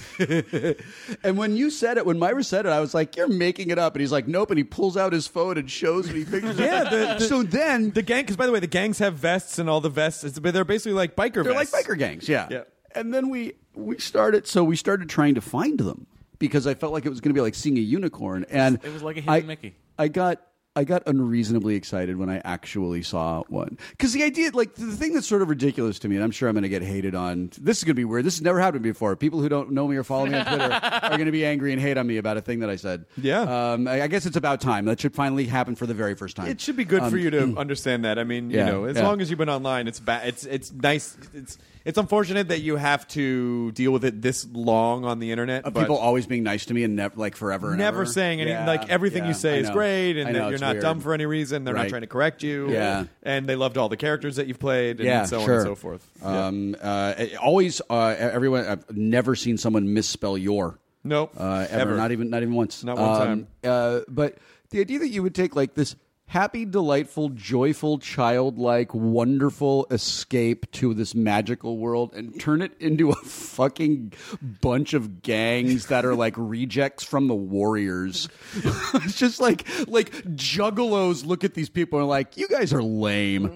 E: and when you said it, when Myra said it, I was like, "You're making it up." And he's like, "Nope." And he pulls out his phone and shows me pictures.
B: Yeah, the- the-
E: so then
B: The gang, because by the way, the gangs have vests and all the vests. It's, but they're basically like biker
E: They're
B: vests.
E: like biker gangs, yeah.
B: Yeah.
E: And then we we started so we started trying to find them because I felt like it was going to be like seeing a unicorn and
F: It was like a hidden
E: I-
F: Mickey.
E: I got I got unreasonably excited when I actually saw one. Cuz the idea like the thing that's sort of ridiculous to me and I'm sure I'm going to get hated on. This is going to be weird. This has never happened before. People who don't know me or follow me on Twitter are going to be angry and hate on me about a thing that I said.
B: Yeah.
E: Um, I, I guess it's about time. That should finally happen for the very first time.
B: It should be good for you to understand that. I mean,
E: Um, mm. yeah,
B: you know, as
E: yeah.
B: long as you've been online, it's ba- it's it's nice. It's it's unfortunate that you have to deal with it this long on the internet.
E: of
B: but
E: Uh, people always being nice to me and never like forever and
B: never
E: ever.
B: saying any
E: Yeah,
B: like everything
E: yeah,
B: you say
E: I
B: is
E: know.
B: great, and
E: I know,
B: that you're
E: it's
B: not
E: weird.
B: dumb for any reason. They're
E: Right.
B: not trying to correct you.
E: Yeah.
B: and they loved all the characters that you've played, and
E: Yeah,
B: so
E: sure.
B: on and so forth. Yeah.
E: Um, uh, it- always, uh, everyone. I've never seen someone misspell your.
B: Nope,
E: uh, ever.
B: ever.
E: Not even. Not even once.
B: Not one time.
E: Uh, but the idea that you would take like this happy, delightful, joyful, childlike, wonderful escape to this magical world and turn it into a fucking bunch of gangs that are like rejects from the warriors. it's just like like juggalos look at these people and are like, you guys are lame.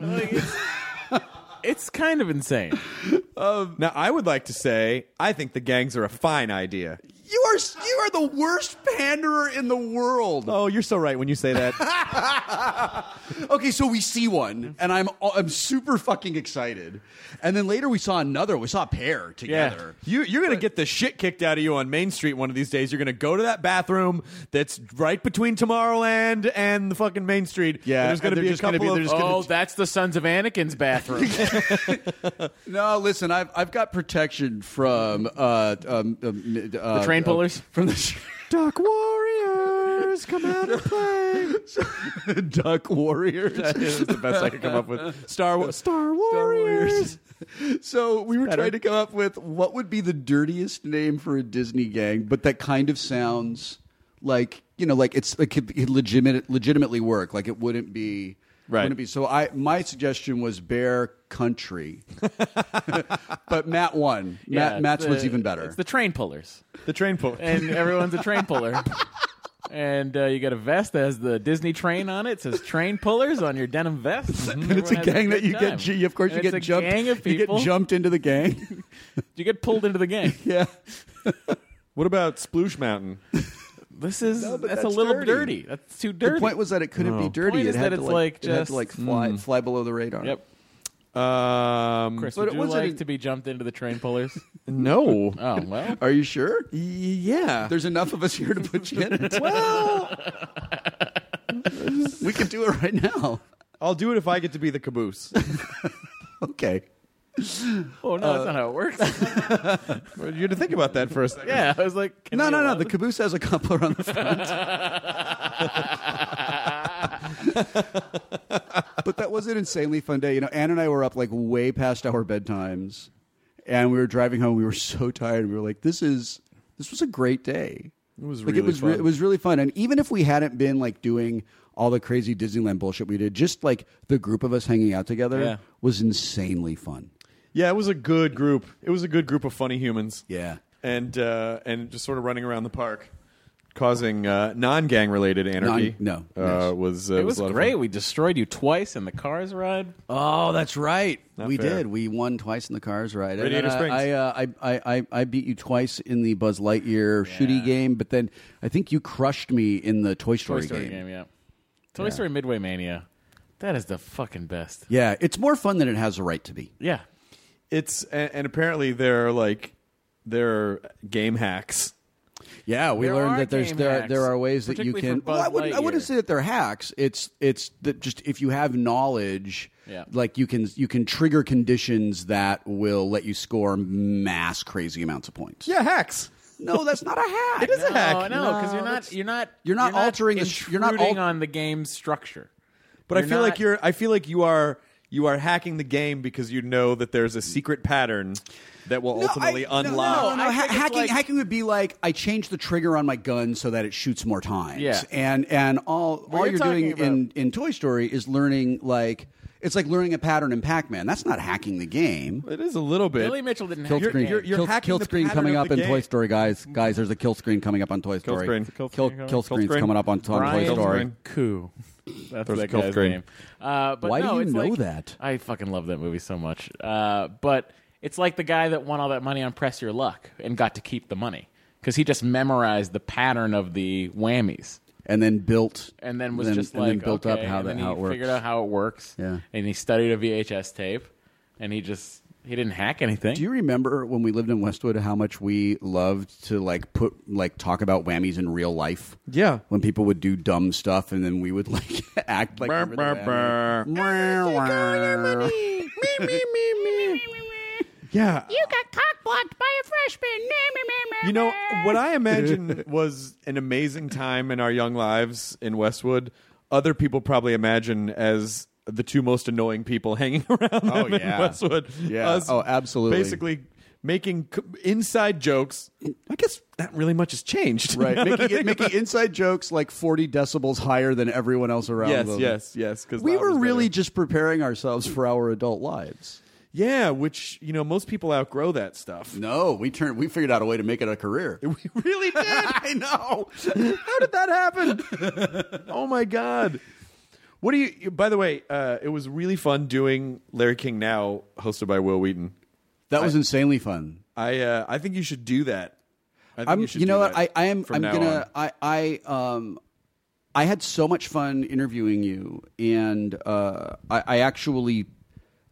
F: It's kind of insane.
B: Now, I would like to say I think the gangs are a fine idea.
E: You are you are the worst panderer in the world.
B: Oh, you're so right when you say that.
E: Okay, so we see one, and I'm I'm super fucking excited. And then later we saw another. We saw a pair together.
B: You, you're going to get the shit kicked out of you on Main Street one of these days. You're going to go to that bathroom that's right between Tomorrowland and the fucking Main Street.
E: Yeah,
B: and there's going
E: and
B: to
E: they're
B: be a
E: just gonna
B: couple
E: be-
B: of
E: they're just
F: Oh, that's the Sons of Anakin's bathroom.
E: No, listen, I've I've got protection from uh, um, um, uh,
F: train
E: uh,
F: pullers?
E: from the Duck Warriors. Come out and play, Duck Warriors.
B: that is the best I could come up with. Star Wars. Star
E: Warriors. So we were trying to come up with what would be the dirtiest name for a Disney gang, but that kind of sounds like you know, like it's it could it legitimate legitimately work. Like it wouldn't be
B: Right.
E: Wouldn't be. So I my suggestion was Bear Country, but Matt won.
F: Yeah,
E: Matt Matt's
F: the-
E: was even better.
F: It's the train pullers,
B: The train pull.
F: and everyone's a train puller. And uh, you got a vest that has the Disney train on it. It says "Train Pullers" on your denim vest. And
E: it's a gang that you get, ju- of course, you get
F: a
E: jumped.
F: Gang of
E: you
F: people.
E: get jumped into the gang.
F: You get pulled into the gang.
E: yeah,
B: What about Sploosh Mountain?
F: This is
E: but
F: that's, a
E: that's
F: little dirty.
E: dirty.
F: That's too dirty.
E: the point was that it couldn't be dirty.
F: Oh. Point
E: it
F: is
E: had
F: that
E: to
F: it's
E: like,
F: like
E: it had
F: just- mm.
E: to like fly fly below the radar.
F: Yep.
B: Um,
F: Chris,
E: But
F: would
E: it
F: you
E: wasn't
F: like
E: a-
F: to be jumped into the train pullers?
B: no.
F: oh well.
E: Are you sure?
B: yeah.
E: There's enough of us here to put you in it. well, we can do it right now.
B: I'll do it if I get to be the caboose.
E: Okay.
F: Oh no,
E: Uh,
F: that's not how it works.
B: you had to think about that for a second.
F: yeah, I was like, can
E: no,
F: we
E: no,
F: allow
E: no. The
F: this?
E: caboose has a coupler on the front. but that was an insanely fun day. You know, Anne and I were up like way past our bedtimes, and we were driving home. We were so tired. We were like, "This is this was a great day." It
B: was
E: like it
B: really
E: was
B: fun.
E: it was really fun. And even if we hadn't been like doing all the crazy Disneyland bullshit we did, just like the group of us hanging out together
F: Yeah.
E: was insanely fun.
B: Yeah, it was a good group. It was a good group of funny humans.
E: Yeah.
B: and uh, and just sort of running around the park. causing uh, non-gang related anarchy.
E: Non- no.
B: uh, was uh,
F: It was
B: a lot of
F: great.
B: fun.
F: We destroyed you twice in the cars ride.
E: Oh, that's right. we
B: fair.
E: did. We won twice in the cars ride. And
B: Radiator
E: then I-
B: Springs.
E: I, uh, I, I, I, I beat you twice in the Buzz Lightyear shooty game, but then I think you crushed me in the Toy
F: Toy
E: Story,
F: Story game, yeah. Toy Story Midway Mania. That is the fucking best.
E: Yeah, it's more fun than it has a right to be.
F: Yeah.
B: It's and, and apparently there are like there are game hacks.
E: Yeah, we
F: There
E: learned
F: are
E: that there's
F: game
E: there
F: hacks,
E: there are ways that you
F: particularly
E: can.
F: for Buzz
E: Well, I wouldn't I wouldn't
F: Lightyear.
E: say that they're hacks. It's it's that just if you have knowledge,
F: Yeah.
E: like you can you can trigger conditions that will let you score mass crazy amounts of points.
B: Yeah, hacks.
E: No, that's not a hack.
B: It is a hack.
F: Oh no, because you're not you're not
E: You're not altering the sh-
F: intruding
E: you're not al-
F: on the game's structure.
B: But I
F: You're
B: feel like
F: not-
B: you're. I feel like you are. You are hacking the game because you know that there's a secret pattern that will ultimately
E: I- no,
B: unlock.
E: No, no, no.
F: I
E: Ha-
F: think it's
E: hacking
F: like-
E: hacking would be like I change the trigger on my gun so that it shoots more times.
F: Yeah.
E: and and all all
F: you're
E: you're
F: talking
E: doing in in Toy Story is learning like it's like learning a pattern in Pac Man. That's not hacking the game.
B: It is a little bit.
F: Billy Mitchell didn't
E: Kill
F: have
B: You're-
E: screen,
B: you're- you're
E: kill,
B: hacking
E: kill
B: the
E: screen
B: pattern
E: coming
B: of
E: up
B: the
E: in
B: game.
E: Toy Story, guys.
F: Mm-hmm.
E: Guys, there's a kill screen coming up on Toy Story.
B: screen.
E: Kill, kill,
B: Kill screen.
E: screen's
B: Kill screen.
E: coming up on, on Toy
F: Brian
E: Story.
B: Kilgrave.
F: Koo. That's
B: There's
F: that
B: Kilgrave.
F: guy's name. Uh, but
E: Why do
F: no,
E: you
F: it's
E: know
F: like-
E: that?
F: I fucking love that movie so much. Uh, but it's like the guy that won all that money on Press Your Luck and got to keep the money because he just memorized the pattern of the whammies.
E: And then built,
F: and then was just
E: and
F: like
E: then built up
F: okay,
E: how
F: and
E: that
F: then he
E: how it works.
F: Figured out how it works.
E: Yeah.
F: and he studied a VHS tape, and he just he didn't hack anything.
E: Do you remember when we lived in Westwood how much we loved to like put like talk about whammies in real life?
B: Yeah.
E: When people would do dumb stuff and then we would like act like we were the whammy.
B: yeah.
F: got cock blocked by a freshman.
B: You know, what I imagine was an amazing time in our young lives in Westwood, other people probably imagine as the two most annoying people hanging around oh,
E: yeah.
B: in Westwood.
E: Yeah. Oh, absolutely.
B: Basically making c- inside jokes. I guess not really much has changed.
E: Right. Making, it- making inside jokes like 40 decibels higher than everyone else around
B: yes,
E: them.
B: yes, yes. Because
E: We were really just preparing ourselves for our adult lives.
B: yeah. Which you know, most people outgrow that stuff.
E: No, we turned we figured out a way to make it a career.
B: We really did. I know. How did that happen? oh my god. What do you? By the way, uh, it was really fun doing Larry King now, hosted by Will Wheaton.
E: That was insanely fun.
B: I uh, I think you should do that. I think
E: I'm,
B: you
E: you,
B: should
E: know
B: do
E: what? I,
B: that
E: I am.
B: from
E: I'm
B: now
E: gonna.
B: on.
E: I, I um, I had so much fun interviewing you, and uh, I, I actually,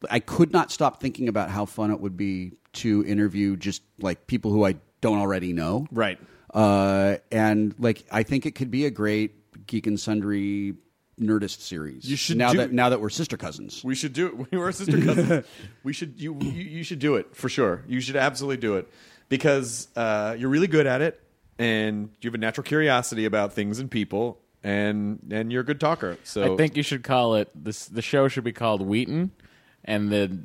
E: I could not stop thinking about how fun it would be to interview just like people who I don't already know,
B: Right.
E: Uh, and like I think it could be a great geek and sundry nerdist series.
B: You should
E: now
B: do-
E: that now that we're sister cousins.
B: We should do it. We were sister cousins. we should you, you you should do it for sure. You should absolutely do it because uh, you're really good at it, and you have a natural curiosity about things and people, and and you're a good talker. So
F: I think you should call it this. The show should be called Wheaton, and the,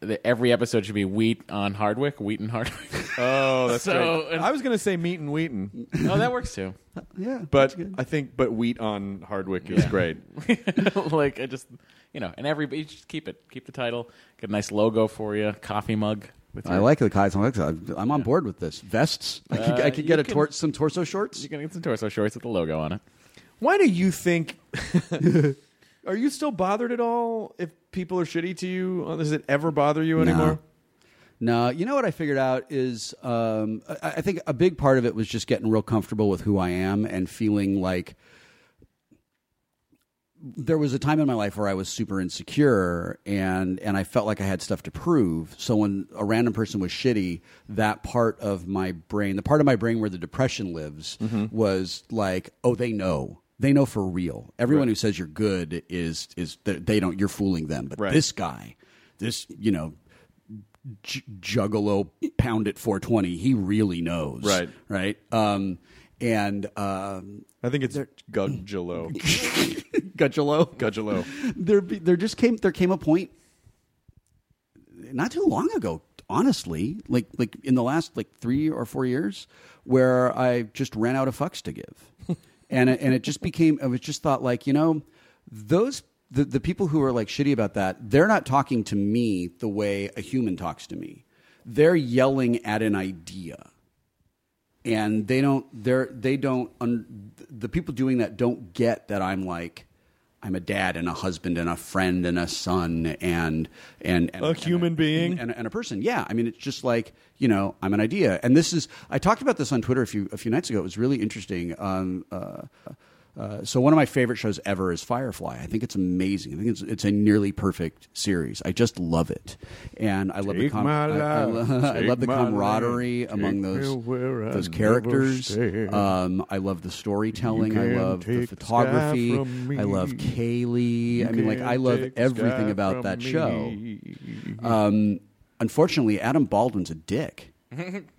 F: the every episode should be Wheat on Hardwick, Wheaton Hardwick.
B: Oh, that's
F: So-
B: great. I was gonna say meat and wheaten,
F: oh, that works too.
E: Yeah,
B: but I think but wheat on Hardwick is great.
F: like I just you know, and everybody you just keep it, keep the title, get a nice logo for you, coffee mug. With
E: I
F: your-
E: like the Kai's. I'm on board with this. Vests. I could, I could
F: Uh, you
E: get a
F: can-
E: tor- some torso shorts.
F: You can get some torso shorts with the logo on it.
B: Why do you think? are you still bothered at all if people are shitty to you? Uh, Does it ever bother you anymore?
E: No, you know what I figured out is um, I, I think a big part of it was just getting real comfortable with who I am and feeling like there was a time in my life where I was super insecure and and I felt like I had stuff to prove. So when a random person was shitty, that part of my brain, the part of my brain where the depression lives,
B: Mm-hmm.
E: was like, oh, they know. They know for real. Everyone who says you're good is is they- they don't. You're fooling them. But
B: Right.
E: this guy, this you know j- juggalo pound at 420 he really knows
B: Right.
E: right um and um
B: I think it's Gudgelo.
E: gudgelo
B: Gudgelo.
E: there be- there just came there came a point not too long ago honestly like like in the last like 3 or 4 years where i just ran out of fucks to give and it, and it just became i was just thought like you know those the, the people who are like shitty about that they're not talking to me the way a human talks to me they're yelling at an idea and they don't they're they don't un, the people doing that don't get that I'm like I'm a dad and a husband and a friend and a son and and, and
B: A
E: and
B: human being.
E: and, and a person. Yeah, I mean, it's just like you know, I'm an idea, and this is. I talked about this on Twitter a few a few nights ago. It was really interesting. Um, uh, uh, so one of my favorite shows ever is Firefly. I think it's amazing. I think it's it's a nearly perfect series. I just love it, and I love the
B: Take
E: com- I,
B: my
E: I
B: life,
E: lo- I
B: take
E: love the
B: my life,
E: camaraderie among
B: take me
E: those
B: where I
E: those
B: never
E: characters.
B: stayed.
E: Um, I love the storytelling. I
B: can't
E: love the
B: take the sky
E: photography.
B: from me.
E: I love Kaylee. I mean, like I
B: can't
E: love
B: take the sky
E: everything
B: from
E: about that
B: me.
E: show. Um, unfortunately, Adam Baldwin's a dick.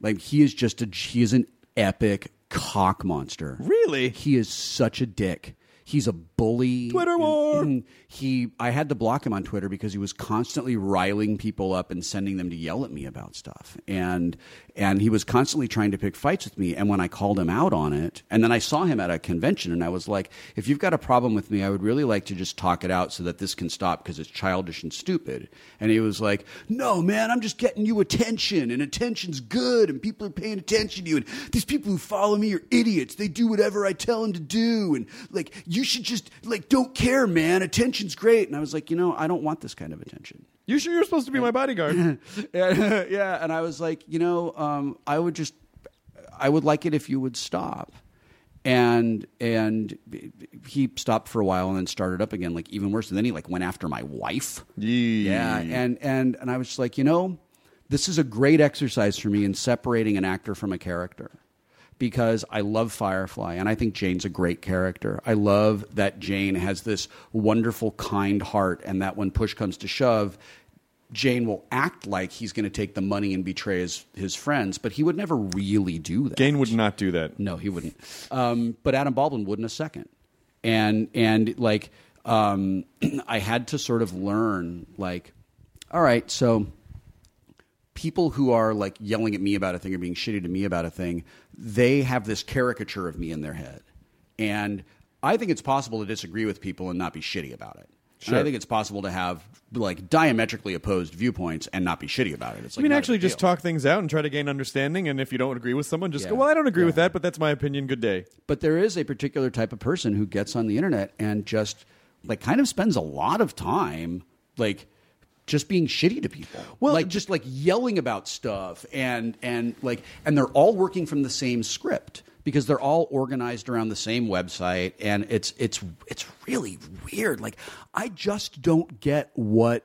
E: like he is just a he is an epic cock monster.
B: Really?
E: he is such a dick. He's a bully. Mm-hmm.
B: Twitter war.
E: He, I had to block him on Twitter because he was constantly riling people up and sending them to yell at me about stuff, and and he was constantly trying to pick fights with me. And when I called him out on it, and then I saw him at a convention, and I was like, if you've got a problem with me, I would really like to just talk it out so that this can stop because it's childish and stupid. And he was like, no, man, I'm just getting you attention, and attention's good, and people are paying attention to you, and these people who follow me are idiots. They do whatever I tell them to do, and like, you should just, like, don't care, man. Attention's great. And I was like, you know, I don't want this kind of attention.
B: You sure you're supposed to be my bodyguard?
E: yeah, yeah. And I was like, you know, um, I would just, I would like it if you would stop. And and he stopped for a while and then started up again, like even worse. And then he like went after my wife. Yeah, and and and I was just like, you know, this is a great exercise for me in separating an actor from a character because I love Firefly and I think Jane's a great character. I love that Jane has this wonderful kind heart and that when push comes to shove, Jane will act like he's going to take the money and betray his, his friends, but he would never really do that.
B: Gain would not do that.
E: No, he wouldn't. Um, but Adam Baldwin would in a second, and and like um, I had to sort of learn like, all right, so people who are like yelling at me about a thing or being shitty to me about a thing, they have this caricature of me in their head, and I think it's possible to disagree with people and not be shitty about it. And I think it's possible to have like diametrically opposed viewpoints and not be shitty about it. It's
B: I
E: like
B: mean,
E: not a
B: actually,
E: big
B: just
E: deal.
B: talk things out and try to gain understanding. And if you don't agree with someone, just go,
E: Yeah.
B: "Well, I don't agree with that, but that's my opinion. Good day."
E: but there is a particular type of person who gets on the internet and just like kind of spends a lot of time like just being shitty to people well like just like yelling about stuff and and like and they're all working from the same script because they're all organized around the same website and it's it's it's really weird like i just don't get what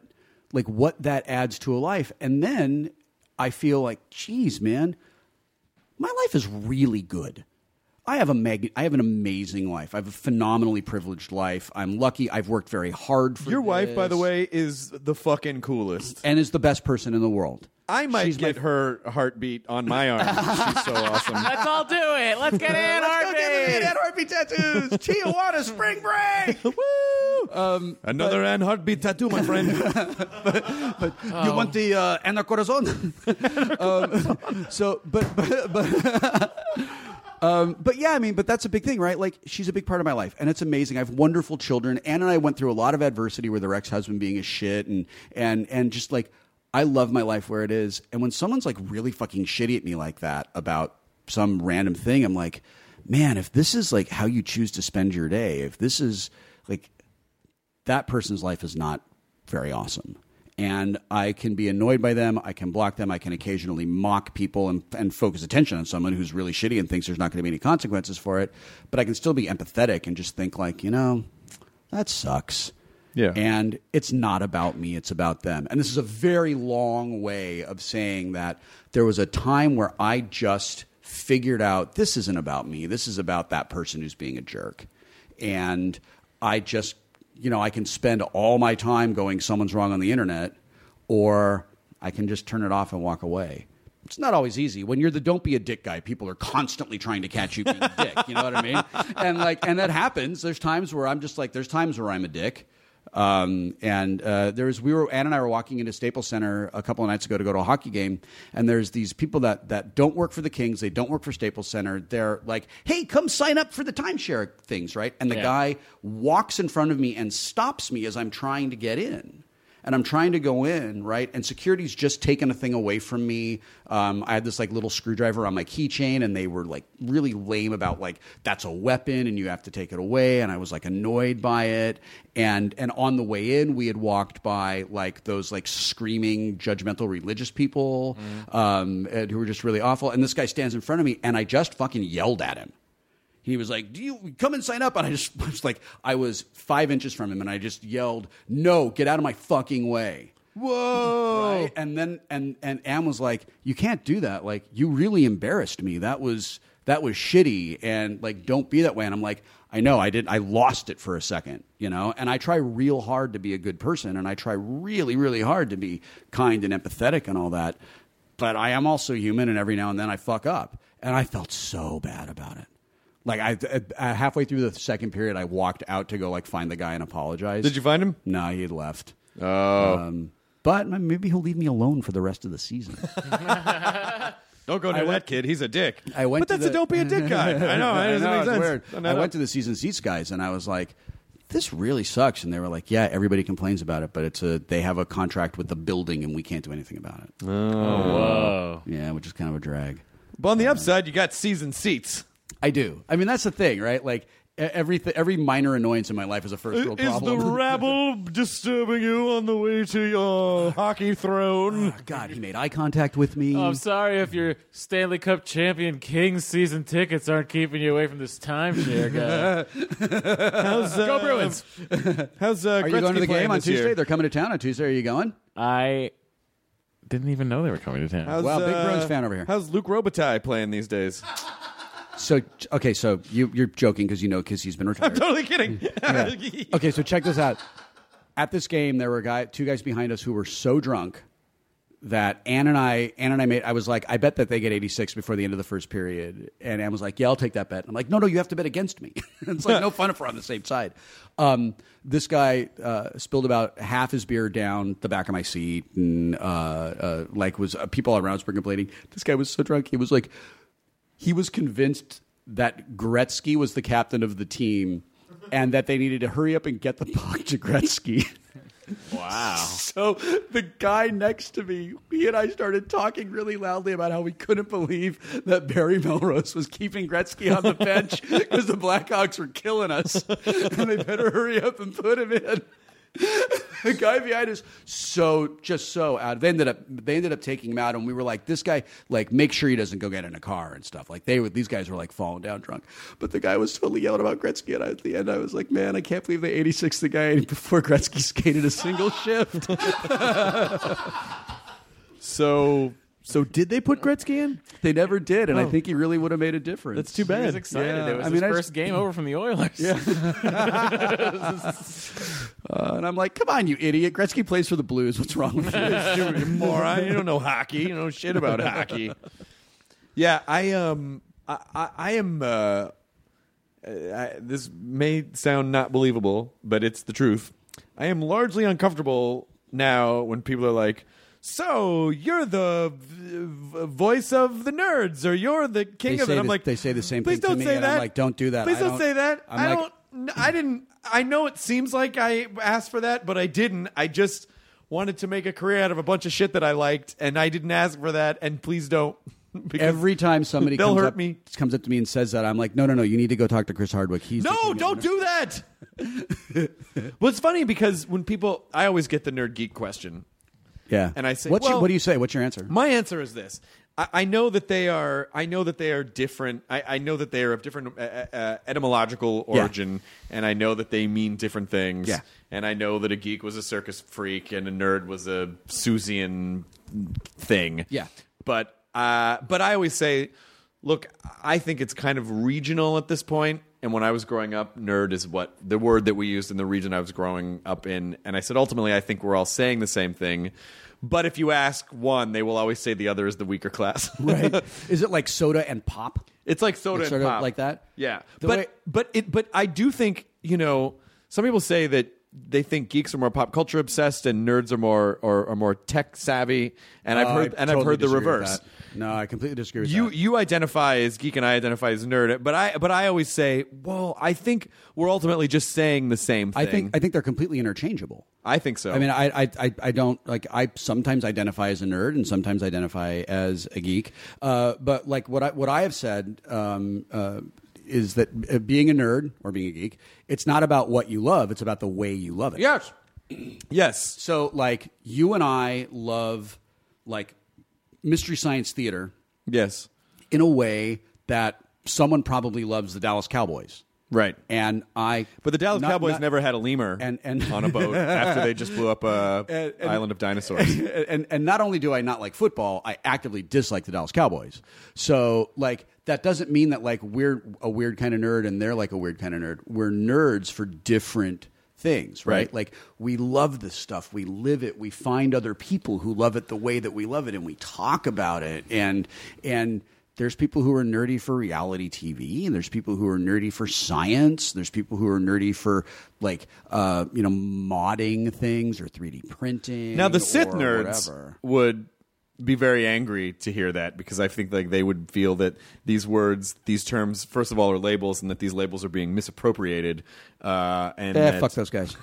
E: like what that adds to a life and then i feel like geez man my life is really good. I have a mag- I have an amazing life. I have a phenomenally privileged life. I'm lucky. I've worked very hard for
B: Your wife, by the
E: this,
B: way, is the fucking coolest.
E: and is the best person in the world.
B: I might
E: She's my
B: get her heartbeat on my arm. She's so awesome.
F: Let's all do it. Let's get in, Arby.
E: heartbeat tattoos, Tijuana Spring Break.
B: Woo! Another and heartbeat tattoo, my friend.
E: You want the uh, Ana Corazon? um, so, but but but. Um, but yeah, I mean, but that's a big thing, right? Like, she's a big part of my life, and it's amazing. I have wonderful children. Anne and I went through a lot of adversity with her ex husband being a shit, and and and just like, I love my life where it is. And when someone's like really fucking shitty at me like that about some random thing, I'm like, man, if this is like how you choose to spend your day, if this is like that person's life is not very awesome. And I can be annoyed by them. I can block them. I can occasionally mock people and, and focus attention on someone who's really shitty and thinks there's not going to be any consequences for it. But I can still be empathetic and just think, like, you know, that sucks.
B: Yeah.
E: And it's not about me, it's about them. And this is a very long way of saying that there was a time where I just figured out this isn't about me, this is about that person who's being a jerk. And I just, you know, I can spend all my time going, someone's wrong on the internet, or I can just turn it off and walk away. It's not always easy. When you're the don't be a dick guy, people are constantly trying to catch you being a dick. You know what I mean? And like, and that happens. There's times where I'm just like, there's times where I'm a dick. Um, and uh, there was we were Ann and I were walking into Staples Center a couple of nights ago to go to a hockey game, and there's these people that that don't work for the Kings, they don't work for Staples Center. They're like, "Hey, come sign up for the timeshare things, right?" And the guy walks in front of me and stops me as I'm trying to get in. And and I'm trying to go in, right? And security's just taken a thing away from me. Um, I had this like little screwdriver on my keychain, and they were like really lame about like that's a weapon and you have to take it away. And I was like annoyed by it. And and on the way in, we had walked by like those like screaming judgmental religious people um, and who were just really awful. And this guy stands in front of me, and I just fucking yelled at him he was like, "Do you come and sign up?" And I just I was like, I was five inches from him, and I just yelled, "No, get out of my fucking way!" Whoa! Right? And then and and Anne was like, "You can't do that. Like, you really embarrassed me. That was that was shitty. And like, don't be that way." And I'm like, "I know. I did. I lost it for a second, you know. And I try real hard to be a good person, and I try really, really hard to be kind and empathetic and all that. But I am also human, and every now and then I fuck up." And I felt so bad about it. Like I, I halfway through the second period, I walked out to go like find the guy and apologize.
B: Did you find him?
E: No, he had left.
B: Oh,
E: Um, but maybe he'll leave me alone for the rest of the season.
B: don't go near that kid. He's a dick.
E: I went.
B: But
E: to
B: that's a
E: the-
B: don't be a dick guy. I know. It doesn't make
E: it's
B: sense.
E: weird.
B: I
E: I,
B: know.
E: went to the season seats guys, and I was like, "This really sucks." And they were like, "Yeah, everybody complains about it, but it's a they have a contract with the building, and we can't do anything about it."
B: Oh,
F: Whoa.
E: Yeah, which is kind of a drag.
B: But on the upside, you got season seats.
E: I do. I mean, that's the thing, right? Like e, every every minor annoyance in my life is a first world problem.
B: rabble disturbing you on the way to your hockey throne?
E: God, he made eye contact with me.
F: Oh, I'm sorry if your Stanley Cup champion Kings season tickets aren't keeping you away from this timeshare guy.
B: How's uh,
F: Go Bruins!
B: How's uh,
E: Are you going to the game on Tuesday?
B: Year?
E: They're coming to town on Tuesday. Are you going?
F: I didn't even know they were coming to town.
B: How's,
E: Wow, big
B: uh,
E: Bruins fan over here.
B: How's Luke Robitaille playing these days?
E: So okay, so you, you're joking because you know because he's been retired.
B: totally kidding.
E: okay, so check this out. At this game, there were a guy, two guys behind us who were so drunk that Ann and I, Ann and I made. I was like, I bet that they get 86 before the end of the first period, and Ann was like, Yeah, I'll take that bet. I'm like, No, no, you have to bet against me. it's like no fun if we're on the same side. Um, this guy uh, spilled about half his beer down the back of my seat, and uh, uh, like was uh, people all around us were complaining. This guy was so drunk, he was like he was convinced that Gretzky was the captain of the team and that they needed to hurry up and get the puck to Gretzky.
F: wow.
E: so the guy next to me, he and I started talking really loudly about how we couldn't believe that Barry Melrose was keeping Gretzky on the bench because the Blackhawks were killing us and they better hurry up and put him in. the guy behind us so just so out they ended up they ended up taking him out and we were like this guy like make sure he doesn't go get in a car and stuff like they were these guys were like falling down drunk but the guy was totally yelling about gretzky and I, at the end i was like man i can't believe they 86 the guy before gretzky skated a single shift
B: so, so did they put Gretzky in?
E: they never did and i think he really would have made a difference
B: Oh. That's too
F: He
B: bad.
F: was excited.
E: Yeah.
F: It was
E: I
F: his
E: mean, I
F: first
E: just-
F: game over from the Oilers.
E: Uh, and i'm like come on you idiot gretzky plays for the blues what's wrong with you
B: you moron. You don't know hockey. You don't know shit about hockey. Yeah, I um, I I, I am. Uh, I, this may sound not believable, but it's the truth. I am largely uncomfortable now when people are like, "So you're the v- v- voice of the nerds, or you're the king
E: They
B: of
E: say
B: it." I'm
E: the-
B: like,
E: they say the same
B: Please
E: thing to
B: don't
E: me,
B: say
E: and
B: that.
E: I'm like, "Don't do that.
B: Please
E: I
B: don't,
E: don't-
B: say that.
E: I'm
B: I
E: like-
B: don't. N- I didn't. I know it seems like I asked for that, but I didn't. I just wanted to make a career out of a bunch of shit that I liked, and I didn't ask for that. And please don't. Because-
E: Every time somebody
B: They'll
E: comes
B: hurt
E: up,
B: me.
E: comes up to me and says that, I'm like, no, no, no, you need to go talk to Chris Hardwick. He's the king
B: No,
E: of
B: don't do that. well, it's funny because when people, I always get the nerd geek question.
E: Yeah.
B: And I say,
E: What's
B: well-
E: your, what do you say? What's your answer?
B: My answer is this: I, I know that they are. I know that they are different. I, I know that they are of different uh, uh, etymological
E: Yeah.
B: origin, and I know that they mean different things.
E: Yeah.
B: And I know that a geek was a circus freak, and a nerd was a Susian thing.
E: Yeah.
B: But uh, but I always say, look, I think it's kind of regional at this point. And when I was growing up, nerd is what the word that we used in the region I was growing up in. And I said, ultimately, I think we're all saying the same thing. But if you ask one, they will always say the other is the weaker class.
E: right? Is it like soda and pop?
B: It's like soda
E: It's
B: and
E: sort of
B: pop.
E: like that?
B: Yeah,
E: The
B: but
E: way-
B: but it but I do think you know some people say that they think geeks are more pop culture obsessed and nerds are more are, are more tech savvy. And I've
E: Oh,
B: heard
E: I
B: and I've
E: totally
B: heard the
E: disagree with
B: reverse.
E: that. No, I completely disagree with
B: You
E: that.
B: you identify as geek and I identify as nerd, but I but I always say, well, I think we're ultimately just saying the same thing.
E: I think I think they're completely interchangeable.
B: I think so.
E: I mean, I, I I I don't like. I sometimes identify as a nerd and sometimes identify as a geek. Uh, but like what I what I have said um, uh, is that uh, being a nerd or being a geek, it's not about what you love. It's about the way you love it.
B: yes, yes,
E: So like you and I love like mystery science theater
B: yes,
E: in a way that someone probably loves the Dallas Cowboys.
B: right.
E: And I,
B: But the Dallas
E: not-
B: Cowboys
E: not-
B: never had a lemur
E: And- and-
B: on a boat after they just blew up a island of dinosaurs.
E: and and not only do I not like football, I actively dislike the Dallas Cowboys. So like that doesn't mean that like we're a weird kind of nerd and they're like a weird kind of nerd. We're nerds for different things, right?
B: Right.
E: Like we love this stuff, we live it, we find other people who love it the way that we love it and we talk about it and and there's people who are nerdy for reality TV, and there's people who are nerdy for science. There's people who are nerdy for like uh, you know modding things or 3D printing.
B: Now the Sith
E: or
B: nerds
E: whatever.
B: would be very angry to hear that because I think like they would feel that these words, these terms, first of all, are labels, and that these labels are being misappropriated. Uh, and
E: Yeah,
B: that-
E: fuck those guys.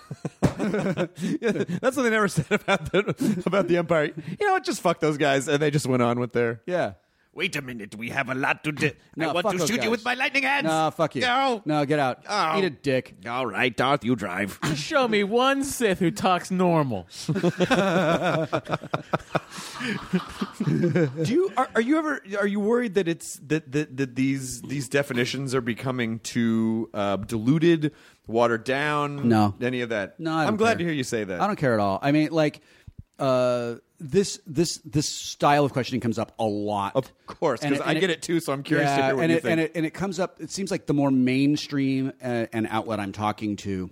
B: Yeah, that's what they never said about the about the Empire. You know what? Just fuck those guys, and they just went on with their
E: Yeah.
B: Wait a minute, we have a lot to do.
E: No,
B: I want
E: fuck
B: to
E: those
B: shoot
E: guys.
B: you with my lightning hands.
E: No, fuck you.
B: No.
E: No, get out.
B: Oh.
E: Eat a dick.
B: All right, Darth, you drive.
F: Show me one Sith who talks normal.
B: Do you are, are you ever are you worried that it's that, that that these these definitions are becoming too uh, diluted, watered down?
E: No.
B: any of that.
E: No, I don't
B: I'm glad
E: care.
B: to hear you say that.
E: I don't care at all. I mean, like, uh, this this this style of questioning comes up a lot.
B: Of course,
E: And
B: 'cause I get it too, so I'm curious to
E: yeah,
B: hear what
E: and
B: you
E: it, And
B: think.
E: it, and it comes up. It seems like the more mainstream uh, and outlet I'm talking to,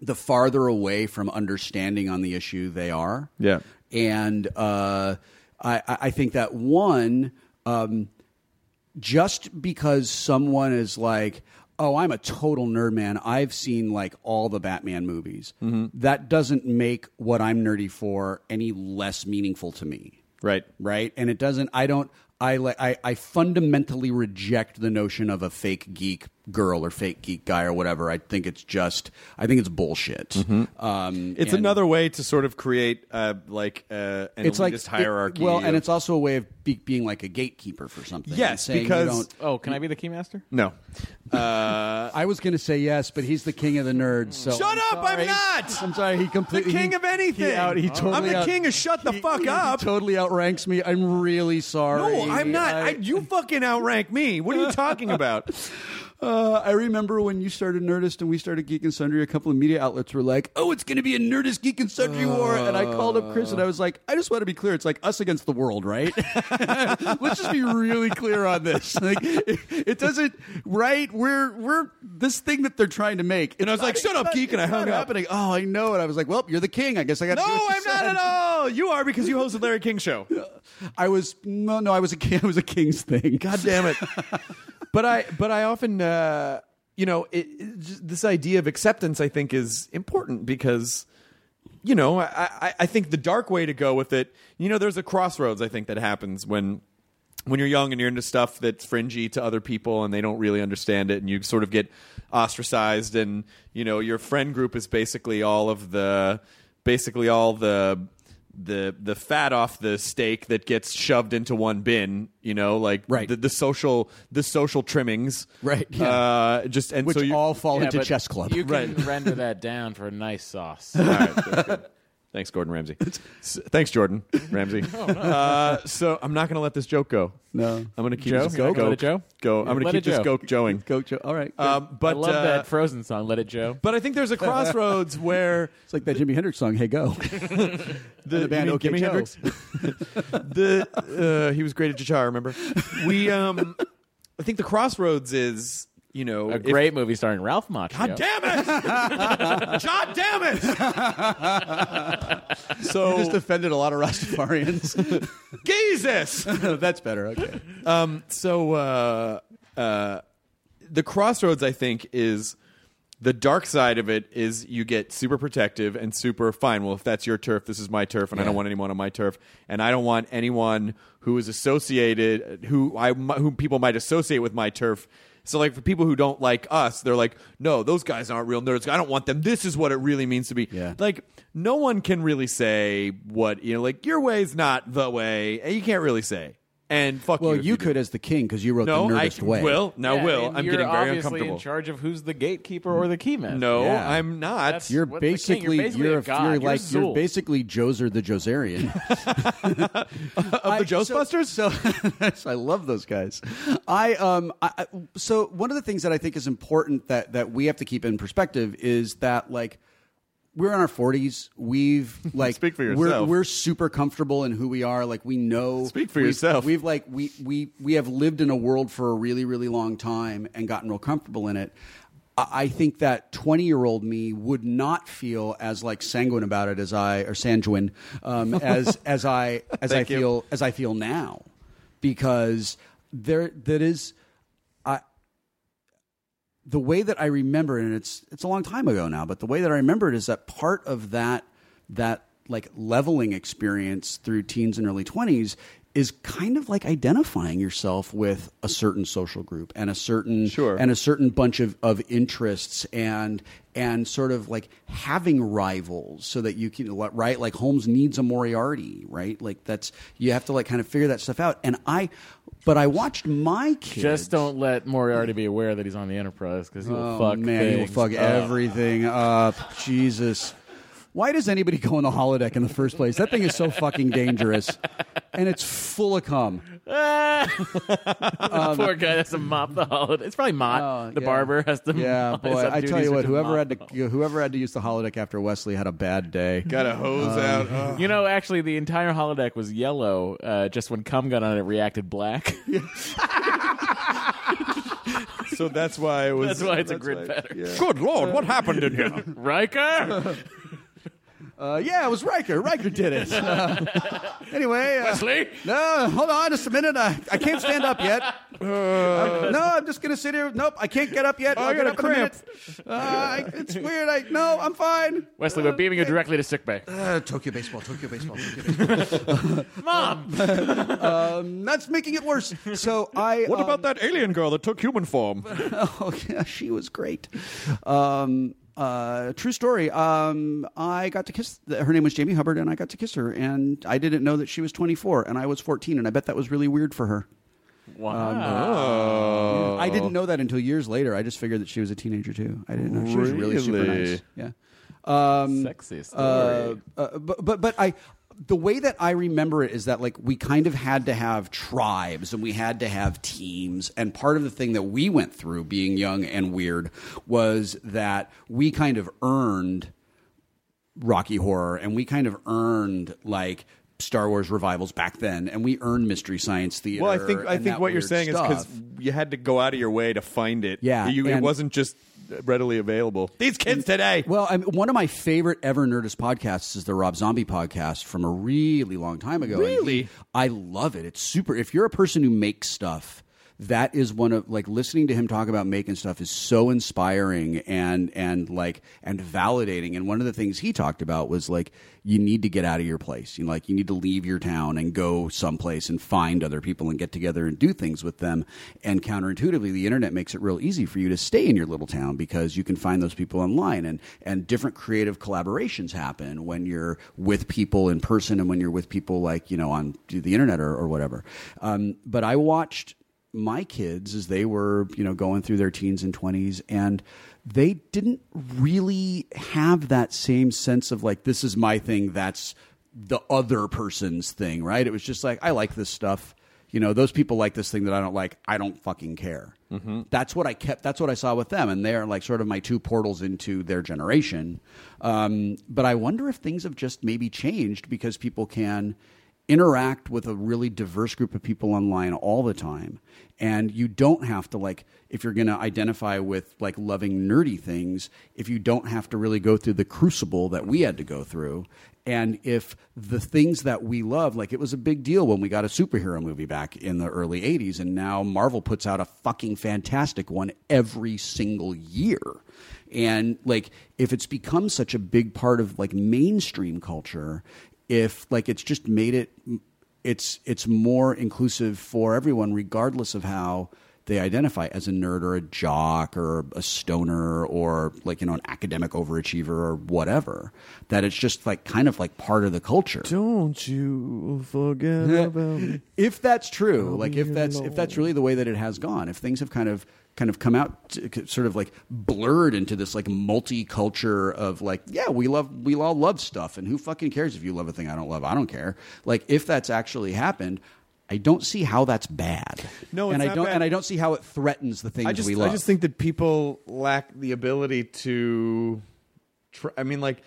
E: the farther away from understanding on the issue they are.
B: Yeah.
E: and uh, I I I think that one. Um, just because someone is like, "Oh, I'm a total nerd man. I've seen like all the Batman movies."
B: Mm-hmm.
E: That doesn't make what I'm nerdy for any less meaningful to me,
B: Right.
E: right? And it doesn't. I don't. I like. I, I fundamentally reject the notion of a fake geek girl or fake geek guy or whatever. I think it's just. I think it's bullshit. Um,
B: Mm-hmm. It's
E: and-
B: another way to sort of create uh, like uh, an
E: It's
B: elitist
E: like
B: hierarchy.
E: well,
B: of-
E: and it's also a way of be, being like a gatekeeper for something. and
B: Yes,
E: saying you
B: because-
E: don't-
F: Oh, can I be the keymaster?
B: no. Uh,
E: I was going to say yes, but he's the king of the nerds. So
B: Shut up! I'm
E: sorry.
B: not.
E: I'm sorry. He
B: the
E: completely
B: king
E: he-
B: of anything.
E: He out, he totally
B: I'm the
E: out-
B: king of shut the
E: he-
B: fuck
E: he
B: up.
E: Totally outranks me. I'm really sorry.
B: no, I'm not. I, you fucking outrank me. What are you talking about?
E: Uh, I remember when you started Nerdist and we started Geek and Sundry. A couple of media outlets were like, "Oh, it's going to be a Nerdist Geek and Sundry war," and I called up Chris and I was like, "I just want to be clear. It's like us against the world, right? Let's just be really clear on this. Like, it, it doesn't. Right? We're we're this thing that they're trying to make." And I was
B: like, "Shut up, geek," and I hung up.
E: Happening. Oh, I know it. I was like, "Well, you're the king. I guess I got."
B: No,
E: to do what you
B: I'm not
E: said."
B: at all. You are because you host the Larry King show.
E: I was no, no. I was a king. I was a king's thing. God
B: Damn it. but I but I often uh, you know it, it- just this idea of acceptance I think is important because you know I, I I think the dark way to go with it you know there's a crossroads I think that happens when when you're young and you're into stuff that's fringy to other people and they don't really understand it and you sort of get ostracized and you know your friend group is basically all of the basically all the the the fat off the steak that gets shoved into one bin you know like
E: Right.
B: the, the social the social trimmings
E: Right, yeah.
B: uh just and
E: Which
B: so you,
E: all fall
F: Yeah,
E: into
F: but
E: chess club.
F: You can
B: Right.
F: render that down for a nice sauce.
B: All right, that's good. Thanks, Gordon Ramsay. S- Thanks, Jordan Ramsay. uh, so I'm not going to let this joke go.
E: No.
B: I'm going to keep
F: Joe?
B: this
F: Go-
B: go.
F: let it Joe?
B: Go. I'm
F: Let
B: going to
F: it
B: keep this
F: Joe.
B: go joeing.
E: Coach. All right.
B: Um,
F: I
B: but
F: love
B: uh,
F: that Frozen song, Let It Joe.
B: But I think there's a crossroads where
E: it's like that Jimi Hendrix song, "Hey Go."
B: the,
E: the band
B: you mean
E: OK
B: Jimi
E: Joe.
B: Hendrix. the uh, he was great at guitar. Remember, we. Um, I think the crossroads is you know
F: A
B: if-
F: great movie starring Ralph Macchio.
B: God damn it! God damn it! so
E: just offended a lot of Rastafarians.
B: Jesus.
E: That's better. Okay.
B: so uh, uh, the crossroads i think is The dark side of it is you get super protective and super fine. Well, if that's your turf, this is my turf, and I don't want anyone on my turf, and I don't want anyone who is associated who I who people might associate with my turf. So, like for people who don't like us, they're like, "No, those guys aren't real nerds. I don't want them. This is what it really means to be."
E: Yeah.
B: Like, no one can really say what you know. Like, your way's not the way, and you can't really say. And fuck
E: Well,
B: you.
E: you,
B: if do.
E: could as the king because you wrote
B: No,
E: the nerdest
B: I
E: way.
B: will. Now,
F: Yeah,
B: will
F: and
B: I'm
F: you're
B: getting very
F: obviously
B: uncomfortable.
F: in charge of who's the gatekeeper or the keyman.
B: No,
E: Yeah.
B: I'm not.
F: That's-
E: You're
F: What's the king? You're
E: basically, you're
F: basically a
E: a-
F: god.
E: you're
F: You're
E: like you're
F: Zool.
E: basically Joser the Joserian.
B: of the Ghostbusters.
E: So, so I love those guys. I um I, I- so one of the things that I think is important that that we have to keep in perspective is that like we're in our 40s. We've like
B: Speak for
E: We're,
B: yourself.
E: we're super comfortable in who we are. Like we know.
B: Speak for
E: we've-
B: yourself.
E: We've like we we we have lived in a world for a really really long time and gotten real comfortable in it. I I think that twenty-year-old me would not feel as like sanguine about it as I or sanguine um, as as I as I
B: Thank you.
E: feel as I feel now, because there that is, I the way that I remember it, and it's it's a long time ago now, but the way that I remember it is that part of that that like leveling experience through teens and early twenties is kind of like identifying yourself with a certain social group and a certain
B: Sure.
E: and a certain bunch of, of interests and and sort of like having rivals so that you can right like Holmes needs a Moriarty right like that's you have to like kind of figure that stuff out and I but I watched my kids
F: Just don't let Moriarty be aware that he's on the Enterprise because he will
E: Oh
F: fuck
E: man, he will
F: things
E: fuck
F: up.
E: everything up. Jesus. Why does anybody go in the holodeck in the first place? That thing is so fucking dangerous. And it's full of cum.
F: Poor guy has to mop the holiday. It's probably Mott,
E: Um, Oh,
F: the
E: yeah.
F: barber, has to.
E: Yeah,
F: his
E: boy. I tell
F: duties
E: you
F: are
E: what,
F: to
E: whoever
F: mop
E: had
F: the-
E: to whoever had to use the holodeck after Wesley had a bad day.
B: Got a hose out. Oh, Ugh.
F: You know, actually, the entire holodeck was yellow. Uh, just when cum got on it, it reacted black.
B: so that's why it was.
F: That's why it's a grid pattern.
B: Good lord, what happened in here?
F: Riker,
E: Uh, yeah, it was Riker. Riker did it. Uh, anyway, uh,
F: Wesley,
E: No, hold on just a minute. I, I can't stand up yet. Uh, no, I'm just gonna sit here. Nope, I can't get up yet. I'll
B: I
E: get
B: got a
E: up in a minute. Uh, I- it's weird. I no, I'm fine.
F: Wesley, we're beaming you directly to sickbay.
E: Uh, Tokyo baseball, Tokyo baseball, Tokyo baseball.
F: Mom,
E: um, that's making it worse. So I.
B: What
E: um,
B: about that alien girl that took human form?
E: Oh yeah, she was great. Um, uh, true story. Um, I got to kiss. Her name was Jamie Hubbard, and I got to kiss her, and I didn't know that she was 24, and I was 14, and I bet that was really weird for her. Um,
B: Oh,
E: I didn't know that until years later. I just figured that she was a teenager too. I didn't know she was really super
B: Really?
E: nice. Yeah. Um,
F: sexy story.
E: uh, uh, but but but I. The way that I remember it is that like we kind of had to have tribes and we had to have teams and part of the thing that we went through being young and weird was that we kind of earned Rocky Horror, and we kind of earned like Star Wars revivals back then, and we earned Mystery Science Theater.
B: Well, I think I
E: and
B: think
E: that
B: what you're
E: weird
B: saying is
E: stuff.
B: because you had to go out of your way to find it.
E: Yeah,
B: you, it
E: and-
B: wasn't just readily available. These kids today.
E: Well, I mean, one of my favorite ever Nerdist podcasts is the Rob Zombie podcast from a really long time ago. And
B: Really?
E: I love it. It's super. If you're a person who makes stuff, that is one of like listening to him talk about making stuff is so inspiring and and like and validating. And one of the things he talked about was like you need to get out of your place. You know, like you need to leave your town and go someplace and find other people and get together and do things with them. And counterintuitively, the internet makes it real easy for you to stay in your little town because you can find those people online and and different creative collaborations happen when you're with people in person and when you're with people like you know on the internet or, or whatever. Um, but I watched my kids as they were you know going through their teens and 20s and they didn't really have that same sense of like this is my thing that's the other person's thing right it was just like i like this stuff you know those people like this thing that i don't like i don't fucking care that's what i kept that's what i saw with them and they're like sort of my two portals into their generation um, but i wonder if things have just maybe changed because people can interact with a really diverse group of people online all the time and you don't have to like if you're going to identify with like loving nerdy things if you don't have to really go through the crucible that we had to go through and if the things that we love like it was a big deal when we got a superhero movie back in the early 80s and now marvel puts out a fucking fantastic one every single year and like if it's become such a big part of like mainstream culture if like it's just made it it's it's more inclusive for everyone regardless of how they identify as a nerd or a jock or a stoner or like you know an academic overachiever or whatever that it's just like kind of like part of the culture
B: Don't you forget about me.
E: if that's true like if that's if that's really the way that it has gone if things have kind of kind of come out t- c- sort of like blurred into this like multiculture of like yeah we love we all love stuff and who fucking cares if you love a thing i don't love i don't care like if that's actually happened I don't see how that's bad.
B: No, it's
E: and I
B: not
E: don't,
B: bad.
E: and I don't see how it threatens the things
B: I just,
E: we love.
B: I just think that people lack the ability to. Tr- I mean, like,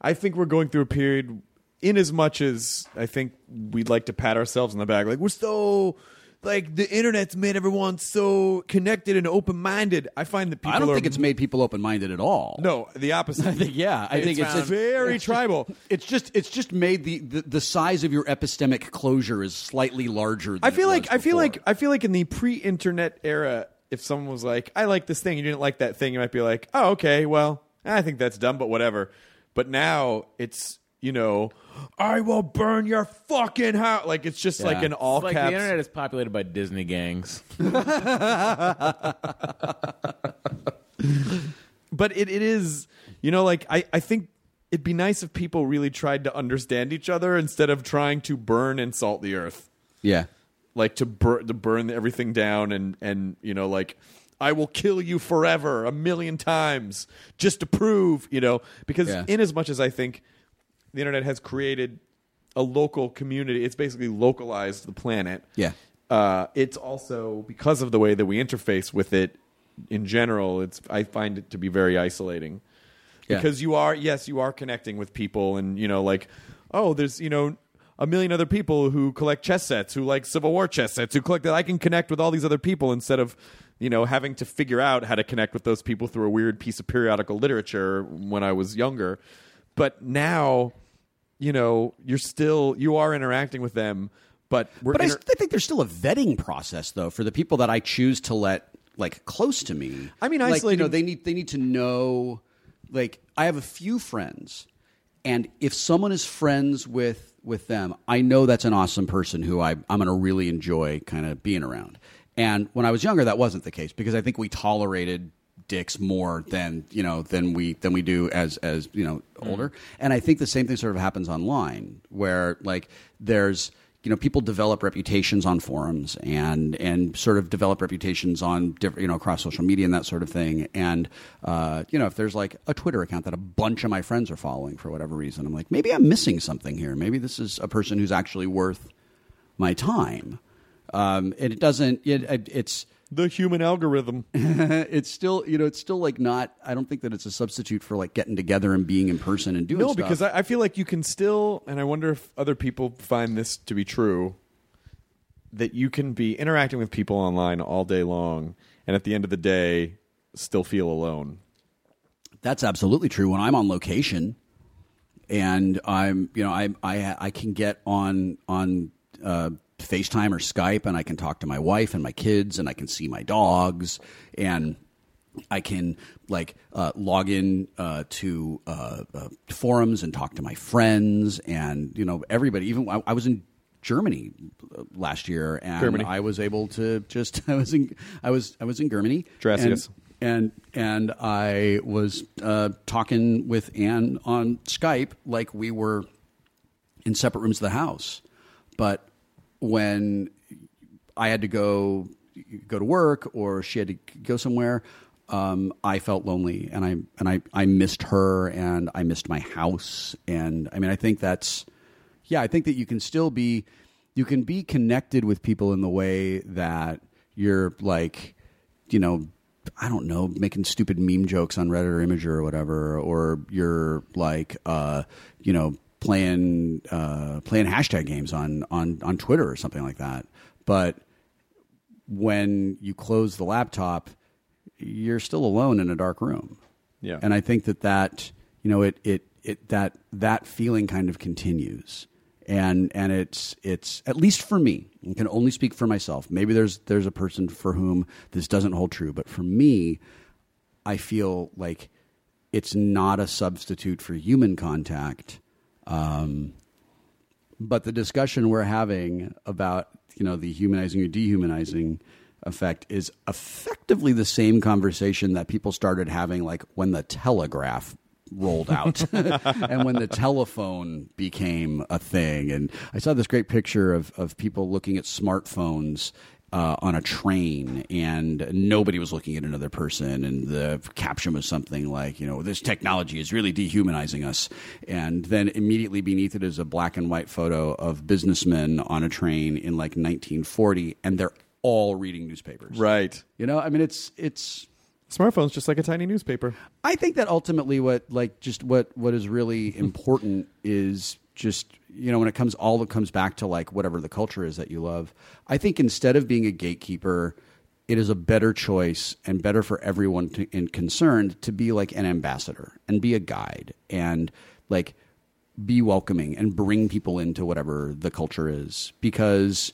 B: I think we're going through a period. In as much as I think we'd like to pat ourselves on the back, like we're so, like the internet's made everyone so connected and open minded. I find that people
E: I don't
B: are
E: think it's made people open minded at all.
B: no the opposite.
E: I think yeah. I think it's, it's
B: very
E: it's just-
B: tribal.
E: it's just it's just made the, the the size of your epistemic closure is slightly larger. Than
B: I feel
E: it
B: like
E: was
B: I feel
E: before.
B: like I feel like in the pre-internet era, if someone was like, "I like this thing," you didn't like that thing, you might be like, "Oh, okay, well, I think that's dumb, but whatever." But now it's you know, I will burn your fucking house. Like it's just like an all
F: like
B: caps.
F: the internet is populated by Disney gangs.
B: but it, it is you know like I, I think it'd be nice if people really tried to understand each other instead of trying to burn and salt the earth.
E: yeah.
B: like to, bur- to burn everything down and and you know like I will kill you forever a million times just to prove you know because
E: Yeah.
B: in as much as I think the internet has created a local community it's basically localized the planet
E: Yeah.
B: uh, it's also because of the way that we interface with it in general it's I find it to be very isolating
E: Yeah.
B: because you are yes you are connecting with people and you know like oh there's you know a million other people who collect chess sets who like civil war chess sets who collect that i can connect with all these other people instead of you know having to figure out how to connect with those people through a weird piece of periodical literature when i was younger but now you know you're still you are interacting with them but we're
E: But I,
B: inter-
E: st- I think there's still a vetting process though for the people that I choose to let like close to me.
B: I
E: like, you
B: mean,
E: know,
B: isolating-
E: they need they need to know. Like, I have a few friends, and if someone is friends with with them, I know that's an awesome person who I I'm going to really enjoy kind of being around. And when I was younger, that wasn't the case because I think we tolerated dicks more than you know than we than we do as as you know
B: Mm.
E: older. And I think the same thing sort of happens online where like there's you know people develop reputations on forums and and sort of develop reputations on different you know across social media and that sort of thing and uh, you know if there's like a twitter account that a bunch of my friends are following for whatever reason i'm like maybe i'm missing something here maybe this is a person who's actually worth my time um, and it doesn't it, it's
B: the human algorithm
E: it's still you know it's still like not i don't think that it's a substitute for like getting together and being in person and doing
B: No,
E: stuff.
B: because I, I feel like you can still, and I wonder if other people find this to be true, that you can be interacting with people online all day long, and at the end of the day, still feel alone.
E: That's absolutely true. When I'm on location, and I'm, you know, I I I can get on on uh, FaceTime or Skype, and I can talk to my wife and my kids, and I can see my dogs, and I can like uh, log in uh, to uh, uh, forums and talk to my friends, and you know everybody. Even I, I was in. Germany uh, last year, and
B: Germany.
E: I was able to just I was in I was I was in Germany,
B: Dressius.
E: and- and and I was uh, talking with Anne on Skype like we were in separate rooms of the house. But when I had to go go to work or she had to go somewhere, um, I felt lonely and I and I, I missed her and I missed my house and I mean I think that's yeah I think that you can still be you can be connected with people in the way that you're like you know, I don't know, making stupid meme jokes on Reddit or Imager or whatever, or you're like, uh, you know, playing uh, playing hashtag games on on on Twitter or something like that. But when you close the laptop, you're still alone in a dark room.
B: Yeah.
E: And I think that that you know it it it that that feeling kind of continues. And and it's it's at least for me. I can only speak for myself. Maybe there's there's a person for whom this doesn't hold true, but for me, I feel like it's not a substitute for human contact. Um, but the discussion we're having about you know the humanizing or dehumanizing effect is effectively the same conversation that people started having like when the telegraph rolled out and when the telephone became a thing and i saw this great picture of, of people looking at smartphones uh, on a train and nobody was looking at another person and the caption was something like you know this technology is really dehumanizing us and then immediately beneath it is a black and white photo of businessmen on a train in like 1940 and they're all reading newspapers
B: Right.
E: you know i mean it's it's
B: Smartphone's just like a tiny newspaper.
E: I think that ultimately what like just what what is really important is just you know when it comes all it comes back to like whatever the culture is that you love. I think instead of being a gatekeeper, it is a better choice and better for everyone to, and concerned to be like an ambassador and be a guide and like be welcoming and bring people into whatever the culture is because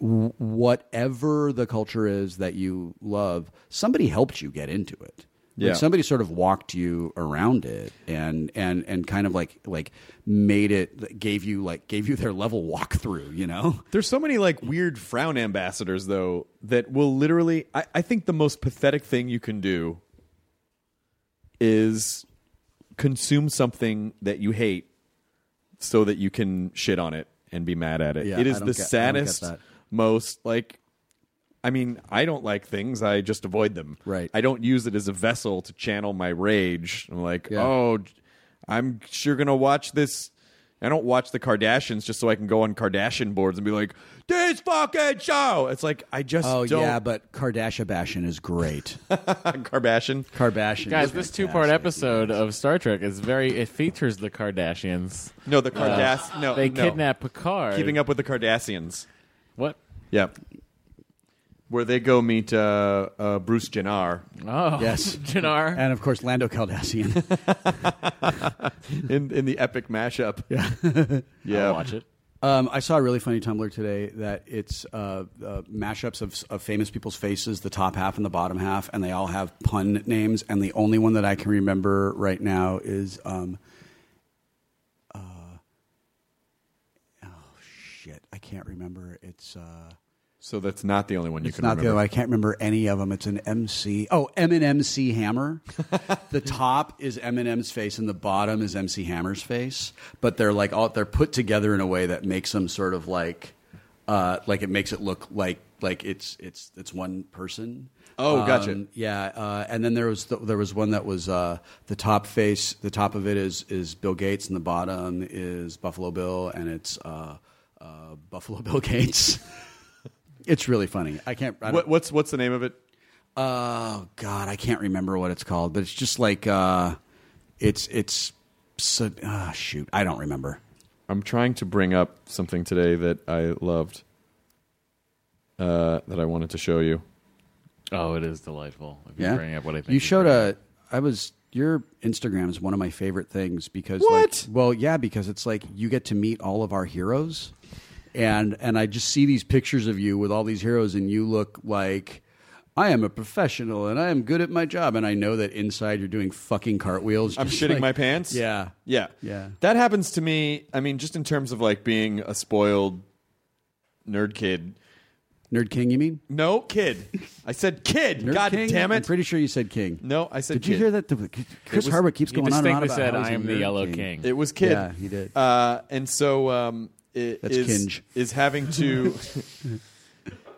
E: w- whatever the culture is that you love somebody helped you get into it Like,
B: Yeah.
E: somebody sort of walked you around it and and and kind of like like made it gave you like gave you their level walkthrough you know
B: There's so many like weird frown ambassadors though that will literally. I, I think the most pathetic thing you can do is consume something that you hate so that you can shit on it and be mad at it.
E: Yeah,
B: it
E: I
B: is
E: don't
B: the
E: get- I don't get
B: saddest,
E: that.
B: most like. I mean, I don't like things. I just avoid them.
E: Right.
B: I don't use it as a vessel to channel my rage. I'm like,
E: Yeah.
B: oh, j- I'm sure gonna watch this. I don't watch the Kardashians just so I can go on Kardashian boards and be like, this fucking show. It's like I just
E: oh
B: don't.
E: yeah but kardashian bashin is great
B: Kardashian.
E: kardashian
F: Guys,
E: is
F: this two-part
E: fantastic.
F: episode of Star Trek is very. It features the Kardashians. Uh,
B: No,
E: Uh,
B: the Kardass. no,
F: they
B: no.
F: kidnap Picard.
B: Keeping up with the Kardashians.
F: What?
B: Yeah. Where they go meet uh, uh, Bruce Jenner
F: Oh,
E: Yes.
F: Jannar.
E: and of course lando caldassian
B: in, in the epic mashup. Yeah. yeah.
F: I'll watch it.
E: Um, I saw a really funny Tumblr today that it's uh, uh, mashups of, of famous people's faces, the top half and the bottom half, and they all have pun names. And the only one that I can remember right now is, um, uh, oh shit, I can't remember. It's uh,
B: So that's not the only one you
E: it's
B: can
E: not the other.
B: remember.
E: I can't remember any of them. It's an MC. Oh, Eminem's Hammer. the top is Eminem's face, and the bottom is MC Hammer's face. But they're like all they're put together in a way that makes them sort of like, uh, like it makes it look like like it's it's it's one person.
B: Oh, gotcha.
E: Yeah, uh, and then there was the, there was one that was uh, the top face. The top of it is is Bill Gates, and the bottom is Buffalo Bill, and it's uh, uh, Buffalo Bill Gates. it's really funny. I can't. I don't-
B: What, what's what's the name of it?
E: Oh God, I can't remember what it's called, but it's just like uh, it's it's. So, ah, shoot, I don't remember.
B: I'm trying to bring up something today that I loved uh, that I wanted to show you.
F: Oh, it is delightful. If you
E: Yeah,
F: bring up what I think
E: you showed
F: bring up.
E: a. I was your Instagram is one of my favorite things because
B: What?
E: Like, well, yeah, because it's like you get to meet all of our heroes, and and I just see these pictures of you with all these heroes, and you look like. I am a professional and I am good at my job, and I know that inside you're doing fucking cartwheels.
B: I'm
E: just
B: shitting
E: like-
B: my pants.
E: Yeah,
B: Yeah.
E: Yeah.
B: That happens to me. I mean, just in terms of like being a spoiled nerd kid.
E: Nerd King, you mean?
B: No, kid. I said kid.
E: Nerd
B: God
E: King?
B: damn it.
E: I'm pretty sure you said King.
B: no, I said
E: Did
B: kid.
E: you hear that? The- Chris
B: was-
E: Hardwick keeps
F: He
E: going on and on
F: distinctly
E: about
F: said,
E: how he's
F: "I
E: a
F: am the
E: nerd
F: Yellow King."
B: It was kid.
E: Yeah, he did.
B: Uh, and so um, it
E: That's
B: is-
E: Kinge.
B: is having to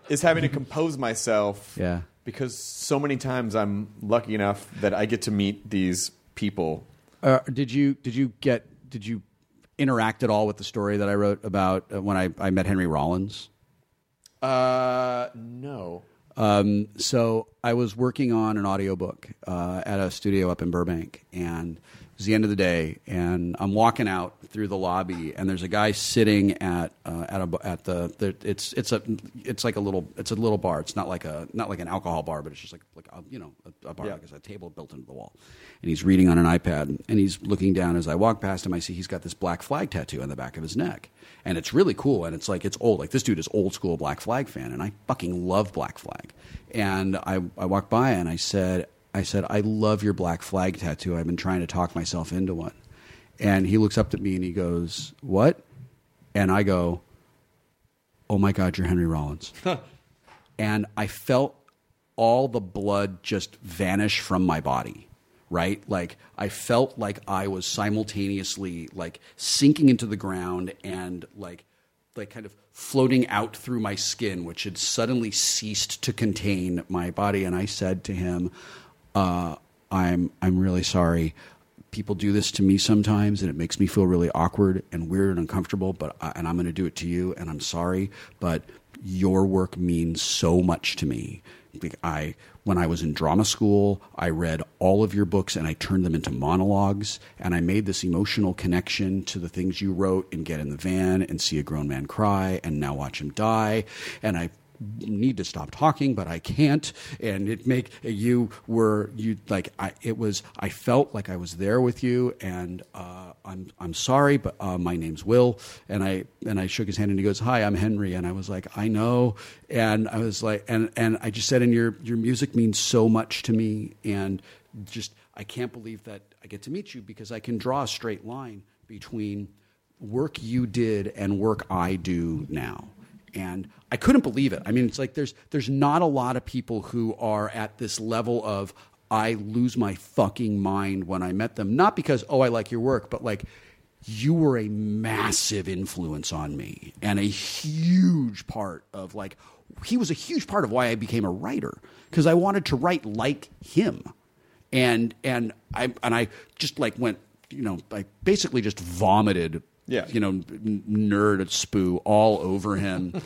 B: is having to compose myself.
E: Yeah.
B: Because so many times I'm lucky enough that I get to meet these people.
E: Uh, did you did you get did you interact at all with the story that I wrote about uh, when I, I met Henry Rollins?
B: Uh, no.
E: Um, so I was working on an audiobook uh, at a studio up in Burbank, and it was the end of the day, and I'm walking out through the lobby, and there's a guy sitting at uh, at a at the, the it's it's a it's like a little it's a little bar. It's not like a not like an alcohol bar, but it's just like like a, you know a, a bar like it's a table built into the wall, and he's reading on an iPad, and he's looking down. As I walk past him, I see he's got this black flag tattoo on the back of his neck, and it's really cool, and it's like it's old. Like this dude is old school Black Flag fan, and I fucking love Black Flag. And I I walked by and I said I said, I love your black flag tattoo. I've been trying to talk myself into one. And he looks up at me and he goes, What? And I go, Oh my God, you're Henry Rollins. and I felt all the blood just vanish from my body, right? Like I felt like I was simultaneously like sinking into the ground and like like kind of floating out through my skin, which had suddenly ceased to contain my body. And I said to him, uh, "I'm I'm really sorry. People do this to me sometimes, and it makes me feel really awkward and weird and uncomfortable. But I, and I'm going to do it to you, and I'm sorry. But your work means so much to me. Like I, when I was in drama school, I read all of your books and I turned them into monologues, and I made this emotional connection to the things you wrote in Get in the Van and See a Grown Man Cry and Now Watch Him Die, and I need to stop talking but i can't and it make you were you like i it was i felt like i was there with you and uh i'm i'm sorry but uh my name's will and i and i shook his hand and he goes hi i'm henry and i was like i know and i was like and and i just said and your your music means so much to me and just i can't believe that i get to meet you because i can draw a straight line between work you did and work i do now and I couldn't believe it. I mean, it's like there's there's not a lot of people who are at this level of I lose my fucking mind when I met them. Not because oh I like your work, but like you were a massive influence on me and a huge part of like he was a huge part of why I became a writer because I wanted to write like him. And and I and I just like went, you know, I basically just vomited
B: Yeah.
E: you know, n- nerd spoo all over him.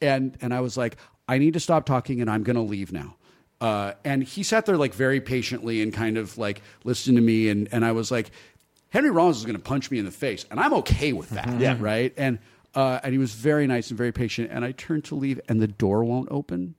E: and and I was like, I need to stop talking and I'm going to leave now. Uh, and he sat there like very patiently and kind of like listened to me. And, and I was like, Henry Rollins is going to punch me in the face. And I'm okay with that. yeah. Right. And, uh, and he was very nice and very patient. And I turned to leave and the door won't open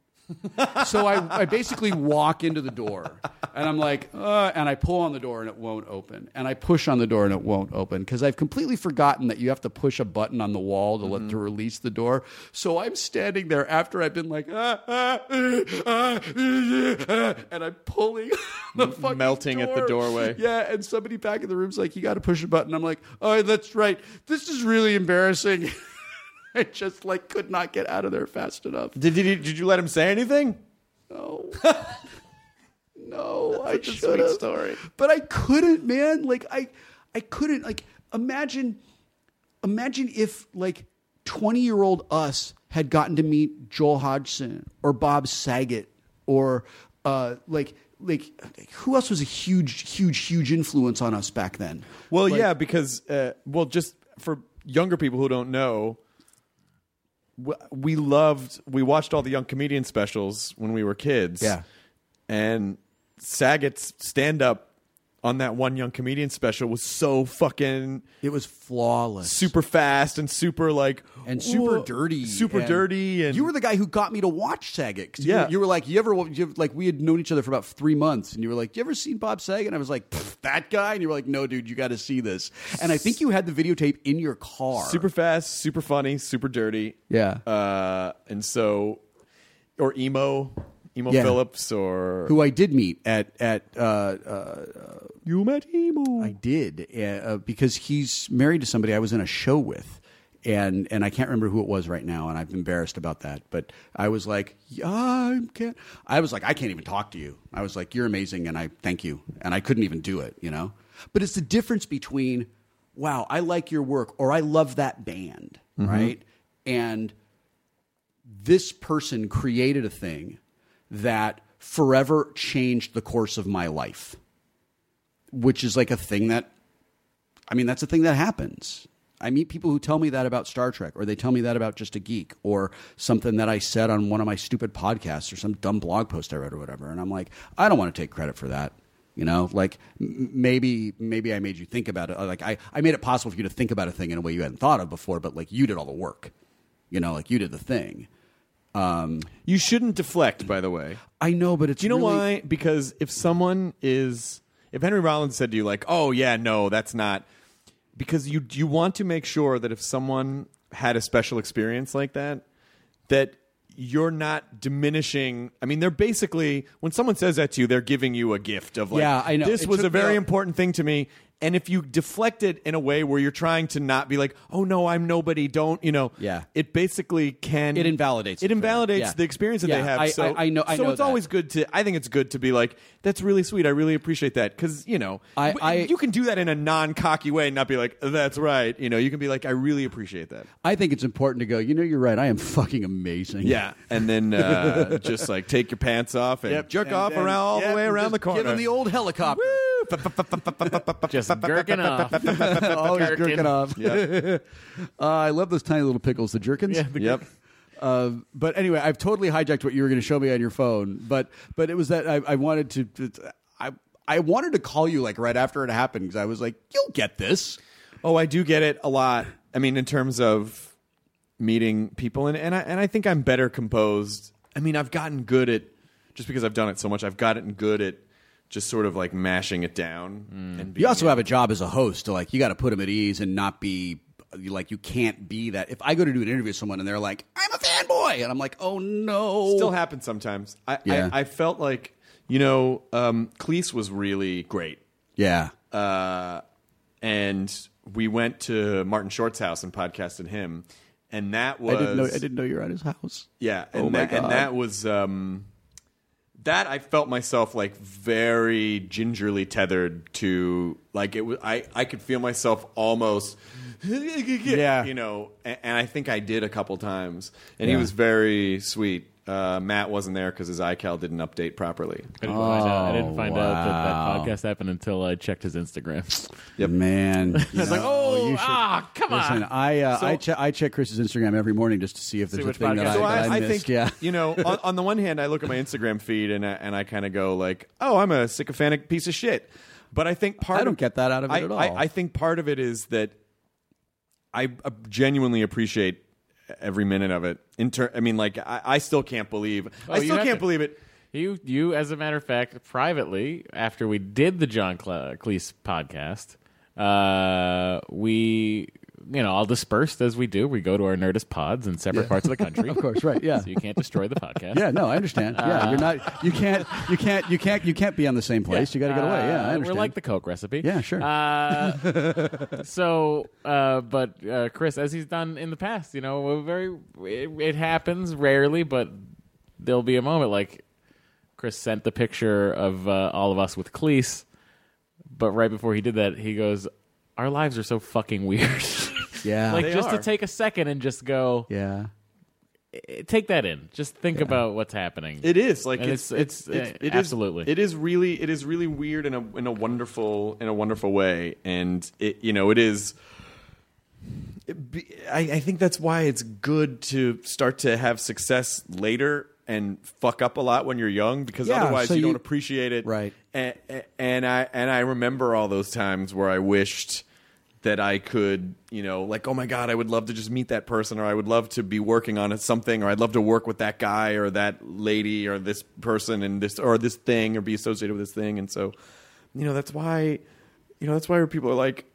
E: so I, I basically walk into the door and I'm like, uh, and I pull on the door and it won't open. And I push on the door and it won't open because I've completely forgotten that you have to push a button on the wall to, let,
B: Mm-hmm.
E: to release the door. So I'm standing there after I've been like, ah, ah, uh, ah, uh, uh, and I'm pulling the fucking
B: melting at the
E: door.
B: doorway.
E: Yeah, and somebody back in the room's like, you got to push a button. I'm like, oh, that's right. This is really embarrassing. I just like could not get out of there fast enough.
B: Did, did, you- did you let him say anything?
E: No. no, I should have. Story. But I couldn't, man. Like I I couldn't like imagine imagine if like 20-year-old us had gotten to meet Joel Hodgson or Bob Saget or uh like like who else was a huge huge huge influence on us back then?
B: Well,
E: Like-
B: yeah, because uh, well, just for younger people who don't know, w- we loved we watched all the young comedian specials when we were kids.
E: Yeah.
B: and Saget's stand up on that one young comedian special was so fucking
E: It was flawless.
B: super fast and super like
E: and super
B: whoa,
E: dirty,
B: super
E: and
B: dirty, and
E: you were the guy who got me to watch Saget. 'cause you
B: Yeah.
E: were- you were like, you ever you ever- like we had known each other for about three months, and you were like, you ever seen Bob Saget? And I was like, "Pfft, that guy, and you were like, no, dude, you got to see this. And I think you had the videotape in your car.
B: super fast, super funny, super dirty.
E: Yeah.
B: uh, and so or emo. Emo
E: Yeah.
B: Phillips or
E: who I did meet at at uh, uh,
B: you met emo.
E: I did uh, uh, because he's married to somebody I was in a show with. And and I can't remember who it was right now, and I'm embarrassed about that. But I was like, yeah, I can't. I was like, I can't even talk to you. I was like, you're amazing, and I thank you, and I couldn't even do it, you know. But it's the difference between, wow, I like your work, or I love that band, right? And this person created a thing that forever changed the course of my life which is like a thing that I mean that's a thing that happens. I meet people who tell me that about Star Trek, or they tell me that about just a geek, or something that I said on one of my stupid podcasts, or some dumb blog post I read, or whatever. And I'm like, I don't want to take credit for that. You know, like m- maybe maybe I made you think about it. uh, Like I, I made it possible for you to think about a thing in a way you hadn't thought of before, but like you did all the work. You know, like you did the thing. Um,
B: You shouldn't deflect, by the way.
E: I know, but it's
B: Do you know
E: really-
B: why? Because if someone is, if Henry Rollins said to you, like, "Oh yeah, no, that's not," because you you want to make sure that if someone had a special experience like that, that you're not diminishing. I mean, they're basically when someone says that to you, they're giving you a gift of like,
E: Yeah, I know.
B: This
E: It
B: was a
E: took me
B: very
E: a-
B: important thing to me. And if you deflect it in a way where you're trying to not be like, "Oh no, I'm nobody," don't you know?
E: Yeah.
B: it basically can
E: It invalidates
B: it
E: it for them.
B: invalidates
E: Yeah.
B: the experience that
E: Yeah,
B: they have.
E: I-
B: so
E: I- I know- I
B: so
E: know
B: it's
E: that.
B: always good to i think it's good to be like that's really sweet i really appreciate that because you know
E: I-
B: w-
E: I-
B: you can do that in a non-cocky way and not be like that's right you know you can be like i really appreciate that
E: I think it's important to go. You know, you're right. I am fucking amazing.
B: yeah and then uh, just like take your pants off and
E: Yep.
B: jerk
E: And
B: off
E: then-
B: around all
E: yep,
B: the way
E: and
B: around
E: just
B: the corner
E: Give him the old helicopter.
F: Just gherkin off.
E: Always
F: Gherkin.
E: jerking off. uh, I love those tiny little pickles, the jerkins.
B: yep
E: Uh, but anyway, I've totally hijacked what you were going to show me on your phone. But but it was that I, I wanted to. to- I I wanted to call you like right after it happened because I was like, you'll get this.
B: Oh, I do get it a lot. I mean, in terms of meeting people, and and I and I think I'm better composed. I mean, I've gotten good at just because I've done it so much. I've gotten good at just sort of like mashing it down. And being
E: You also have a job as a host to like you got to put them at ease and not be like you can't be that. If I go to do an interview with someone and they're like, I'm a fanboy, and I'm like, oh no,
B: still happens sometimes. I,
E: Yeah.
B: I I felt like you know, um, Cleese was really great,
E: yeah.
B: uh, and we went to Martin Short's house and podcasted him, and that was
E: I didn't know. I didn't know you were at his house.
B: Yeah, and,
E: Oh my
B: that, and
E: God.
B: that was um, that I felt myself like very gingerly tethered to like it was I I could feel myself almost yeah you know and, and I think I did a couple times and he was very sweet. Uh, Matt wasn't there because his iCal didn't update properly.
F: I didn't find out, I didn't find out that that podcast happened until I checked his Instagram.
E: Man, I
F: was like, oh, ah, come on.
E: Listen, I uh, I, che- I check Chris's Instagram every morning just to see if there's a
F: which
E: thing that
F: podcast.
E: I,
F: So
E: that I missed.
B: think
E: yeah,
B: you know. On, on the one hand, I look at my Instagram feed and I, and I kind of go like, "Oh, I'm a sycophantic piece of shit," but I think part
E: I don't
B: of,
E: get that out of it
B: I-
E: at
B: I,
E: all.
B: I think part of it is that I uh, genuinely appreciate every minute of it. In ter- I mean, like I, I still can't believe. I
F: you
B: still
F: have
B: can't
F: to-
B: believe it.
F: You, you, as a matter of fact, privately after we did the John Cla- Cleese podcast, uh, we, you know, all dispersed as we do. We go to our Nerdist pods in separate parts of the country,
E: of course, right? Yeah,
F: so you can't destroy the podcast.
E: yeah. No, I understand. Yeah, you're not. You can't. You can't. You can't. You can't be on the same place. You got to get away. Yeah, I
F: Uh,
E: understand.
F: We're like the Coke recipe.
E: Yeah, sure.
F: Uh, so, uh, but uh, Chris, as he's done in the past, you know, we're very it, it happens rarely, but there'll be a moment like Chris sent the picture of uh, all of us with Cleese, but right before he did that, he goes, "Our lives are so fucking weird."
E: yeah,
F: like just
B: are.
F: to take a second and just go,
E: yeah.
F: eh, take that in. Just think about what's happening.
B: It is like
F: And
B: it's
F: it's-
B: it's,
F: it's,
B: it's,
F: uh,
B: it is-
F: absolutely.
B: it is really it is really weird in a in a wonderful in a wonderful way, and it you know it is. it be- I, I think that's why it's good to start to have success later and fuck up a lot when you're young because
E: Yeah,
B: otherwise
E: so
B: you, don't
E: you-
B: appreciate it.
E: Right.
B: And, and I and I remember all those times where I wished that I could, you know, like oh my god, I would love to just meet that person or I would love to be working on something or I'd love to work with that guy or that lady or this person and this or this thing or be associated with this thing and so you know, that's why you know, that's why people are like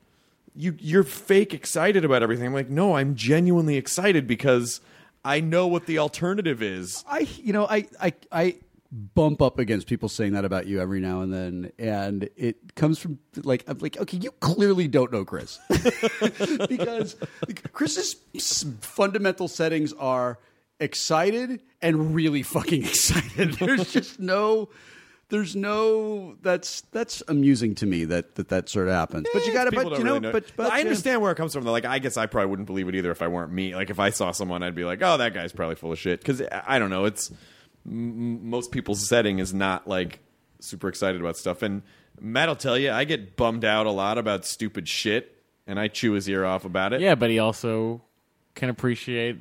B: you you're fake excited about everything. I'm like, no, I'm genuinely excited because I know what the alternative is.
E: I you know I I I bump up against people saying that about you every now and then, and it comes from like I'm like okay, you clearly don't know Chris because Chris's s- fundamental settings are excited and really fucking excited. There's just no. There's no that's that's amusing to me that that, that sort of happens. but you got to,
B: Eh, People
E: but
B: don't
E: you know,
B: really
E: but, but
B: I
E: yeah.
B: understand where it comes from. Though. Like, I guess I probably wouldn't believe it either if I weren't me. Like, if I saw someone, I'd be like, "Oh, that guy's probably full of shit." Because I don't know. It's m- most people's setting is not like super excited about stuff. And Matt'll tell you, I get bummed out a lot about stupid shit. and I chew his ear off about it.
F: Yeah, but he also can appreciate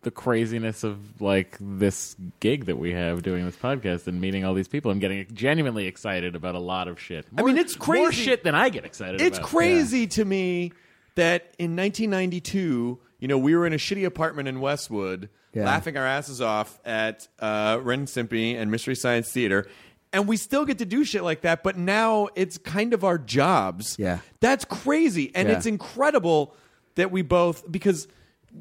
F: the craziness of like this gig that we have doing this podcast and meeting all these people. I'm getting genuinely excited about a lot of shit.
B: I mean, it's
F: More
B: crazy.
F: shit than I get excited
B: It's
F: about.
B: crazy to me that in 1992, you know, we were in a shitty apartment in Westwood,
E: Yeah.
B: laughing our asses off at uh, Ren and Simpy and Mystery Science Theater. And we still get to do shit like that, but now it's kind of our jobs.
E: Yeah.
B: That's crazy. And
E: Yeah.
B: it's incredible that we both, because,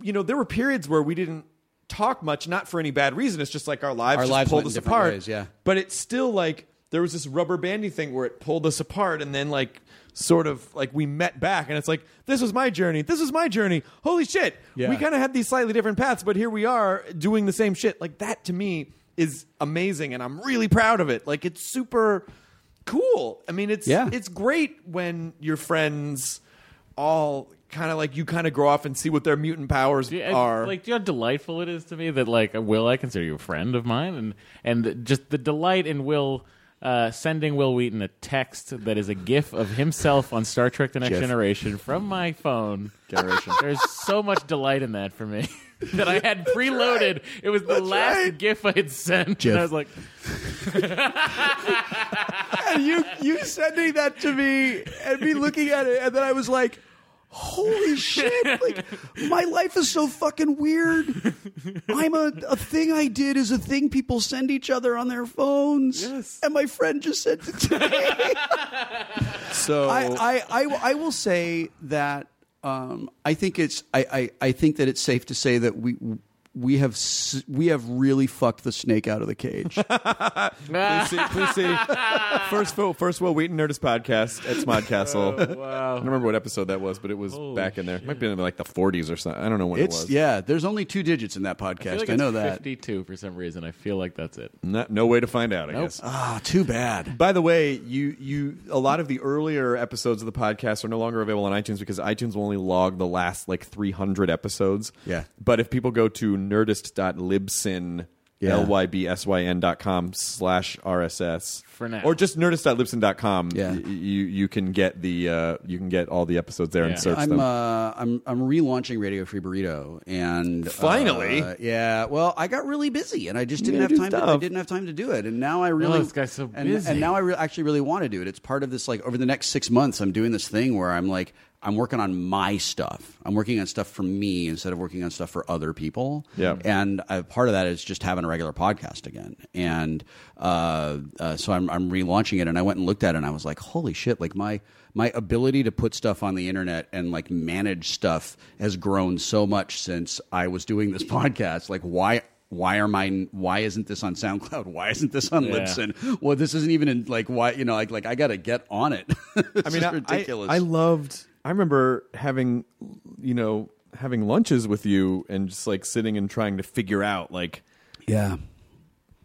B: you know, there were periods where we didn't talk much, not for any bad reason. It's just like our lives
I: Our
B: just
I: lives
B: pulled
I: went in
B: us
I: different
B: apart.
I: ways, yeah.
B: But it's still like there was this rubber bandy thing where it pulled us apart and then like sort of like we met back and it's like this was my journey. This was my journey. Holy shit.
I: Yeah.
B: We kind of had these slightly different paths, but here we are doing the same shit. Like that to me is amazing and I'm really proud of it. Like it's super cool. I mean it's
I: Yeah.
B: it's great when your friends all kind of like you kind of grow off and see what their mutant powers
F: Do you-
B: are.
F: like, do you know how delightful it is to me that like Will, I consider you a friend of mine, and and just the delight in Will. Uh, sending Will Wheaton a text that is a GIF of himself on Star Trek: The Next Generation from my phone. Generation. There's so much delight in that for me that I had preloaded. It was the last GIF I had sent, and I was like,
I: you you sending that to me and me looking at it, and then I was like,
E: Holy shit! Like my life is so fucking weird. I'm a a thing I did is a thing people send each other on their phones. Yes. And my friend just sent it to me.
B: so
E: I, I, I, I will say that um, I think it's I, I, I think that it's safe to say that we we have s- we have really fucked the snake out of the cage.
B: Please see, please see. First, Will, first Will Wheaton Nerdist podcast at Smodcastle.
E: Oh,
B: I don't remember what episode that was, but it was back in there. It might be in like the 40s or something. I don't know when it
E: it's
B: was.
E: yeah. There's only two digits in that
F: I, feel
E: podcast. I,
F: like
E: know
F: it's
E: that.
F: 52 for some reason. I feel like that's it.
B: No, no way to find out, I
F: Nope.
B: guess.
E: Ah, too bad.
B: By the way, you you a lot of the earlier episodes of the podcast are no longer available on iTunes because iTunes will only log the last like 300 episodes.
E: Yeah.
B: But if people go to nerdist.libsyn
E: Yeah.
B: L Y B S Y N dot com slash RSS
F: For now.
B: or just nerdist.libsyn.com.
E: Yeah.
B: y- you you can get the uh, you can get all the episodes there
F: Yeah.
B: and search
E: I'm
B: them.
E: uh, I'm I'm relaunching Radio Free Burrito and uh,
B: Finally?
E: yeah. Well, I got really busy and I just didn't
B: Yeah,
E: have
B: do
E: time. To, I
B: stuff.
E: didn't have time to do it, and now I really
F: this guy's so
E: and,
F: busy.
E: And now I re- actually really want to do it. It's part of this like over the next six months, I'm doing this thing where I'm like I'm working on my stuff. I'm working on stuff for me instead of working on stuff for other people.
B: Yeah.
E: And I, part of that is just having a regular podcast again. And uh, uh, so I'm, I'm relaunching it. And I went and looked at it and I was like, holy shit, like my, my ability to put stuff on the internet and like manage stuff has grown so much since I was doing this podcast. Like, why? Why are mine? Why isn't this on SoundCloud? Why isn't this on
F: Yeah.
E: Libsyn? Well, this isn't even in like why you know like like I got to get on it. I mean,
B: I-
E: ridiculous.
B: I, I loved. I remember having, you know, having lunches with you and just like sitting and trying to figure out like
E: yeah.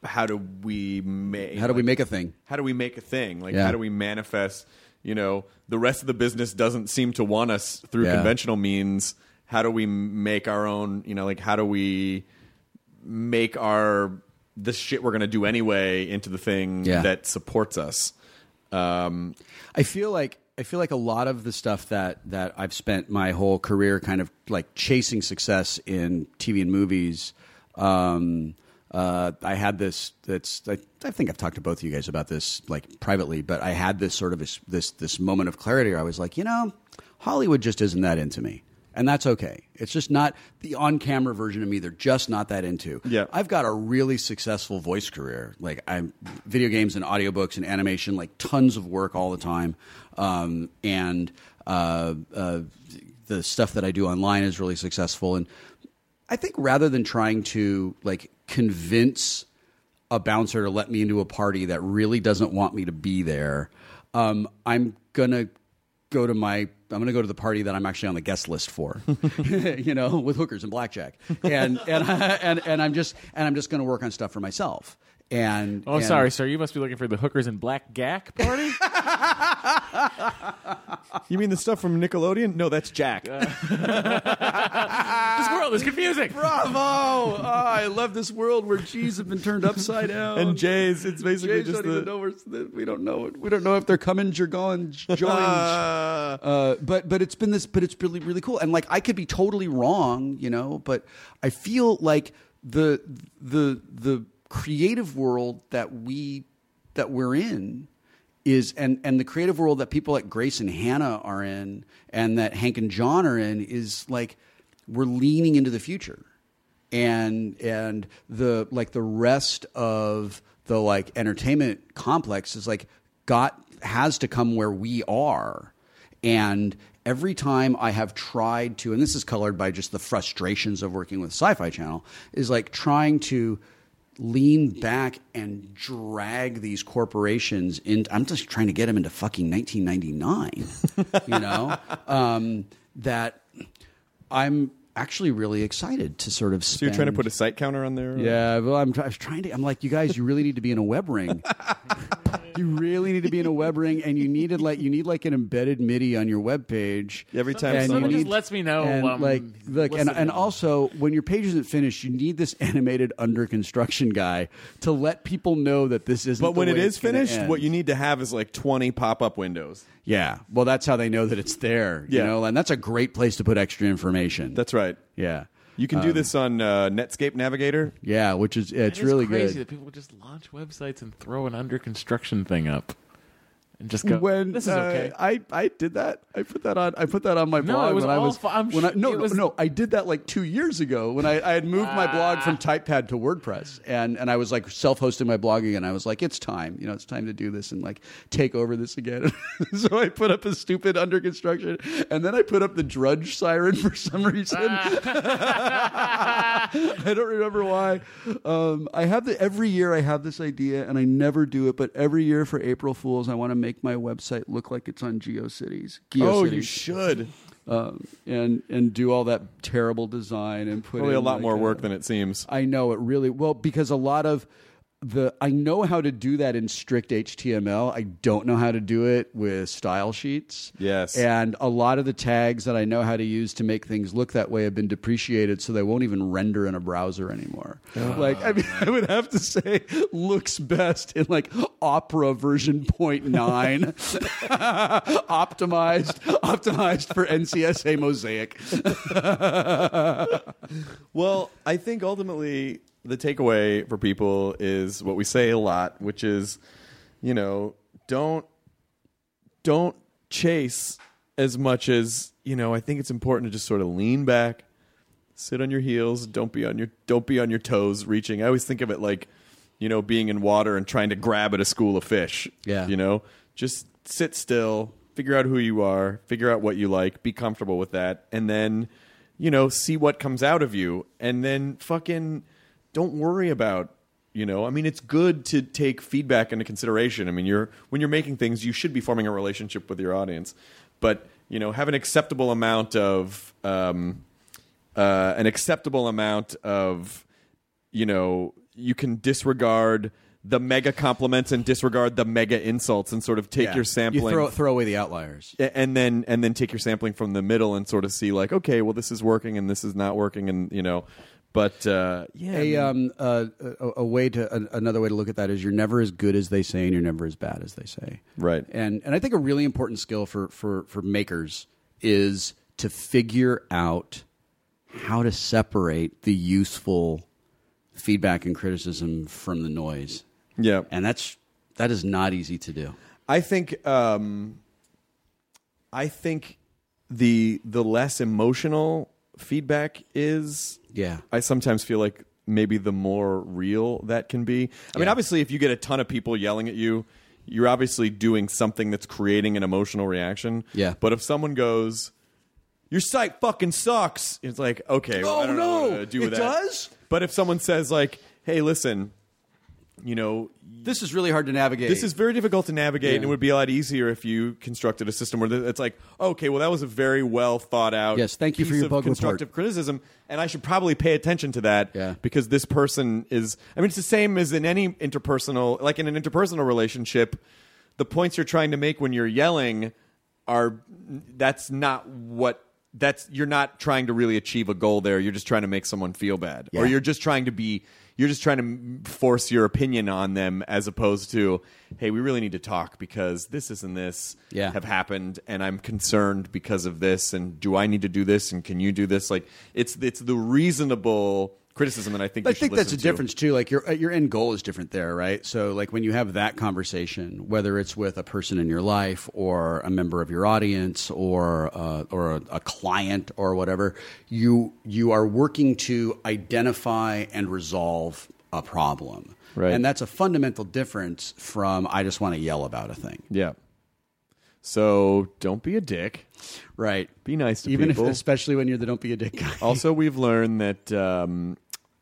B: how do we make
E: How do we make a thing?
B: how do we make a thing like
E: Yeah.
B: how do we manifest you know the rest of the business doesn't seem to want us through
E: Yeah.
B: conventional means how do we make our own you know like how do we make our the shit we're gonna do anyway into the thing
E: Yeah.
B: that supports us um
E: I feel like I feel like a lot of the stuff that that I've spent my whole career kind of like chasing success in TV and movies. Um, uh, I had this. That's I, I think I've talked to both of you guys about this like privately, but I had this sort of this this, this moment of clarity. Where I was like, you know, Hollywood just isn't that into me. And that's okay. It's just not the on camera version of me. They're just not that into.
B: Yeah.
E: I've got a really successful voice career. Like I'm video games and audiobooks and animation, like tons of work all the time. Um, and uh, uh, the stuff that I do online is really successful. And I think rather than trying to like convince a bouncer to let me into a party that really doesn't want me to be there, um, I'm gonna go to my I'm gonna go to the party that I'm actually on the guest list for, you know, with hookers and blackjack, and and and and I'm just and I'm just gonna work on stuff for myself. And
F: Oh, I'm
E: and-
F: sorry, sir. You must be looking for the hookers and black gack party.
B: you mean the stuff from nickelodeon no that's jack
F: Just we're world is confusing.
E: Bravo! Ah, I love this world where G's have been turned upside down.
B: And Jay's, it's basically
E: Jays
B: just
E: don't
B: the.
E: even know where's the, we don't know we don't know if they're coming or going joined.
B: Ah.
E: uh, but but it's been this but it's really really cool and like I could be totally wrong you know but I feel like the the the creative world that we that we're in is and and the creative world that people like Grace and Hannah are in and that Hank and John are in is like we're leaning into the future and and the like the rest of the like entertainment complex is like got has to come where we are and every time i have tried to and this is colored by just the frustrations of working with sci-fi channel is like trying to lean back and drag these corporations in i'm just trying to get them into fucking 1999 you know um, that i'm actually really excited to sort of spend
B: so you're trying to put a sight counter on there?
E: yeah, well, I'm, try- I was trying to. I'm like, you guys, you really need to be in a web ring. you really need to be in a web ring, and you needed like you need like an embedded MIDI on your web page.
B: Every time
E: and
B: someone
E: you
B: just
F: lets me know um,
E: and,
F: while
B: um,
F: I'm
E: like, look, and,
F: listening.
E: and also when your page isn't finished, you need this animated under construction guy to let people know that this isn't.
B: But
E: the
B: when it
E: way
B: is
E: it's gonna
B: finished,
E: end.
B: what you need to have is like 20 pop up windows.
E: yeah, well, that's how they know that it's there. You
B: Yeah.
E: know, and that's a great place to put extra information.
B: That's right.
E: yeah,
B: You can do this on uh, Netscape Navigator.
E: yeah, which is it's really
F: crazy
E: good.
F: that people just launch websites and throw an under construction thing up and just go.
E: when
F: this is
E: uh,
F: okay.
E: I, I did that. I put that on. I put that on my
F: No,
E: blog
F: it was
E: when I
F: all
E: was.
F: fi- I'm
E: when
F: su-
E: I, no,
F: it
E: no,
F: was-
E: no. I did that like two years ago when I, I had moved my blog
F: Ah.
E: from Typepad to WordPress, and and I was like self-hosting my blog again. I was like, it's time. You know, it's time to do this and like take over this again. so I put up a stupid under construction, and then I put up the drudge siren for some reason.
F: Ah.
E: I don't remember why. Um, I have the every year I have this idea and I never do it, but every year for April Fools, I want to make my website look like it's on GeoCities.
B: Oh, you
E: GeoCities.
B: should.
E: um, and and do all that terrible design and put
B: Probably a
E: in,
B: lot
E: like,
B: more work than it seems.
E: I know it really well because a lot of the I know how to do that in strict HTML. I don't know how to do it with style sheets.
B: Yes.
E: And a lot of the tags that I know how to use to make things look that way have been depreciated so they won't even render in a browser anymore.
B: Ah.
E: Like I mean I would have to say looks best in like opera version 0.9 optimized optimized for NCSA mosaic.
B: Well, I think ultimately the takeaway for people is what we say a lot, which is, you know, don't don't chase as much as, you know, I think it's important to just sort of lean back, sit on your heels, don't be on your don't be on your toes reaching. I always think of it like, you know, being in water and trying to grab at a school of fish.
E: Yeah.
B: You know, just sit still, figure out who you are, figure out what you like, be comfortable with that, and then, you know, see what comes out of you, and then fucking don't worry about you know i mean it's good to take feedback into consideration i mean you're when you're making things you should be forming a relationship with your audience but you know have an acceptable amount of um, uh, an acceptable amount of you know you can disregard the mega compliments and disregard the mega insults and sort of take your sampling
E: You throw throw away the outliers.
B: a- and then and then take your sampling from the middle and sort of see like okay well this is working and this is not working and you know but uh, yeah I
E: a
B: mean-
E: um uh, a, a way to an another way to look at that is you're never as good as they say and you're never as bad as they say
B: Right.
E: and and i think a really important skill for for for makers is to figure out how to separate the useful feedback and criticism from the noise
B: yeah
E: and that's that is not easy to do
B: I think um, I think the the less emotional feedback is.
E: Yeah.
B: I sometimes feel like maybe the more real that can be. I mean, obviously, if you get a ton of people yelling at you, you're obviously doing something that's creating an emotional reaction.
E: Yeah.
B: But if someone goes, "Your site fucking sucks," it's like, okay, well, I
E: Oh,
B: don't know what
E: no.
B: to do with
E: It
B: that.
E: does?
B: But if someone says like, "Hey, listen," you know,
E: this is really hard to navigate
B: this is very difficult to navigate, and it would be a lot easier if you constructed a system where th- it's like, okay, well, that was a very well thought out.
E: Yes, thank you for
B: piece
E: your
B: of
E: bug report.
B: constructive criticism, and I should probably pay attention to that
E: Yeah.
B: because this person is. I mean, it's the same as in any interpersonal, like in an interpersonal relationship, the points you're trying to make when you're yelling are that's not what that's you're not trying to really achieve a goal there. You're just trying to make someone feel bad,
E: Yeah.
B: or you're just trying to be you're just trying to m- force your opinion on them as opposed to hey we really need to talk because this is and this
E: Yeah.
B: have happened and i'm concerned because of this and do i need to do this and can you do this like it's it's the reasonable criticism that i think
E: I
B: you should
E: think that's a
B: listen to.
E: difference too. Like your uh, your end goal is different there, right? So like when you have that conversation, whether it's with a person in your life or a member of your audience or uh, or a, a client or whatever, you you are working to identify and resolve a problem,
B: Right.
E: And that's a fundamental difference from I just want to yell about a thing,
B: yeah so don't be a dick
E: right?
B: Be nice to
E: even
B: people. Oh,
E: if especially when you're the don't be a dick guy.
B: also we've learned that um,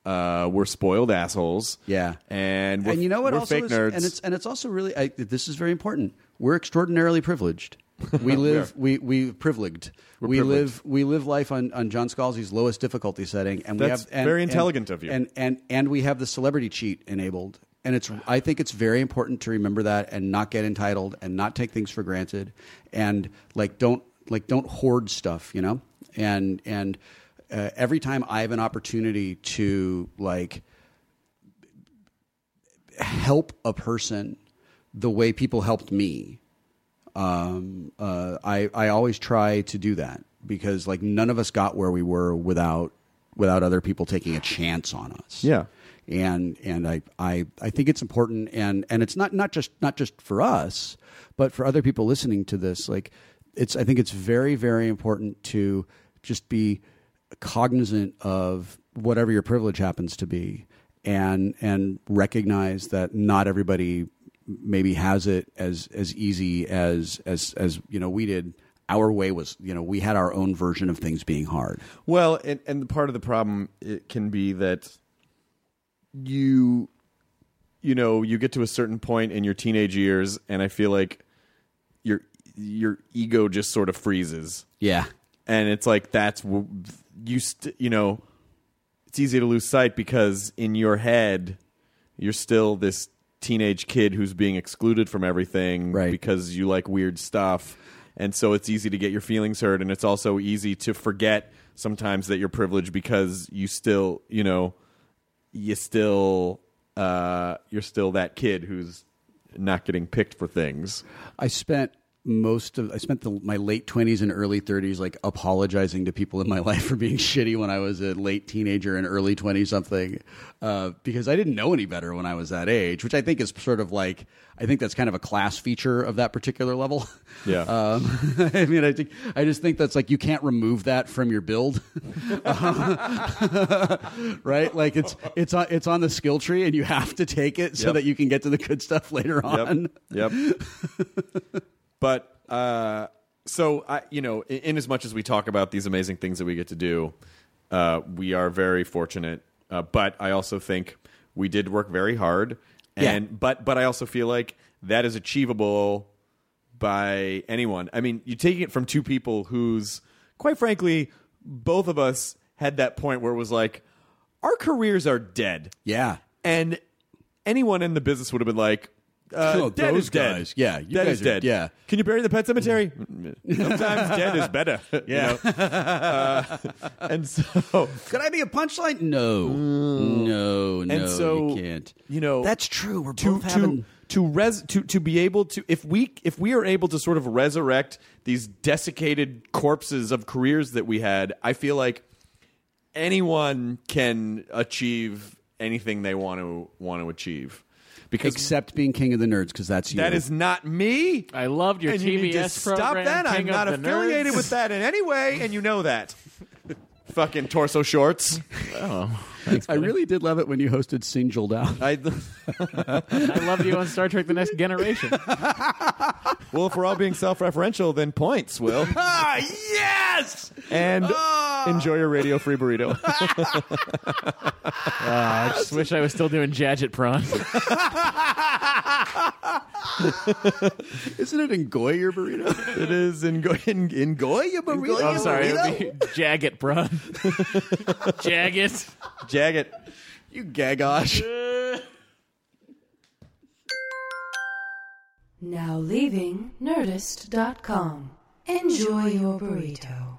B: uh, we're spoiled assholes
E: Yeah.
B: and we're,
E: and you know what?
B: we're
E: also
B: fake
E: is,
B: nerds
E: and it's and it's also really I, this is very important. We're extraordinarily privileged. We live we we privileged. we live we live life on on John Scalzi's lowest difficulty setting, and
B: That's
E: we have and,
B: very
E: and-
B: intelligent of you.
E: And and and we have the celebrity cheat enabled. And it's I think it's very important to remember that and not get entitled and not take things for granted and like don't like don't hoard stuff, you know? And and uh, every time I have an opportunity to like help a person the way people helped me um, uh, I, I always try to do that because like none of us got where we were without without other people taking a chance on us
B: Yeah.
E: and and I, I I think it's important and and it's not not just not just for us but for other people listening to this like it's I think it's very very important to just be cognizant of whatever your privilege happens to be and and recognize that not everybody maybe has it as as easy as as as you know we did our way was you know we had our own version of things being hard
B: Well, and and part of the problem it can be that you you know, you get to a certain point in your teenage years and I feel like your your ego just sort of freezes.
E: yeah
B: And it's like that's w- you st- you know, it's easy to lose sight because in your head you're still this teenage kid who's being excluded from everything
E: Right.
B: because you like weird stuff and so it's easy to get your feelings hurt and it's also easy to forget sometimes that you're privileged because you still you know you still uh you're still that kid who's not getting picked for things
E: I spent most of I spent the, my late twenties and early thirties like apologizing to people in my life for being shitty when I was a late teenager and early twenty something, uh, because I didn't know any better when I was that age, which I think is sort of like I think that's kind of a class feature of that particular level.
B: Yeah.
E: Um, I mean, I think I just think that's like you can't remove that from your build, right? Like it's it's on it's on the skill tree, and you have to take it so
B: Yep.
E: that you can get to the good stuff later on.
B: Yep. Yep. but uh, so I, you know, in, in as much as we talk about these amazing things that we get to do, uh, we are very fortunate. Uh, but I also think we did work very hard,
E: Yeah.
B: and but but I also feel like that is achievable by anyone. I mean, you take it from two people who's quite frankly, both of us had that point where it was like, our careers are dead
E: Yeah.
B: and anyone in the business would have been like, uh,
E: Oh,
B: "Dead
E: those
B: is dead.
E: guys. Yeah, you
B: dead
E: guys
B: is
E: are-
B: dead.
E: yeah.
B: can you bury the pet cemetery? Sometimes dead is better. Yeah, and so
E: Could I be a punchline? No, no, no.
B: and so
E: you can't.
B: You know,
E: that's true. We're
B: to
E: both having.
B: to to res to to be able to if we if we are able to sort of resurrect these desiccated corpses of careers that we had, I feel like anyone can achieve anything they want to want to achieve because
E: Except being king of the nerds, because that's you.
B: That is not me.
F: I loved your
B: and you need to
F: TBS
B: stop
F: program,
B: that. I'm
F: King of
B: not
F: the
B: affiliated
F: Nerds.
B: with that in any way, and you know that. Fucking torso shorts.
F: Oh.
E: I really did love it when you hosted Sing Joel Down.
B: I,
F: I loved you on Star Trek: The Next Generation.
B: well, if we're all being self-referential, then points, Will.
E: ah, yes.
B: And
F: Ah.
B: enjoy your radio free burrito.
F: I just wish I was still doing Jadget Prawn.
E: Isn't it enjoy your burrito?
B: it is enjoy, en- enjoy your burrito.
F: I'm sorry, it'd be Jagget Prawn. Jagget.
B: Jag it.
E: you gagosh.
C: Now leaving Nerdist.com. Enjoy your burrito.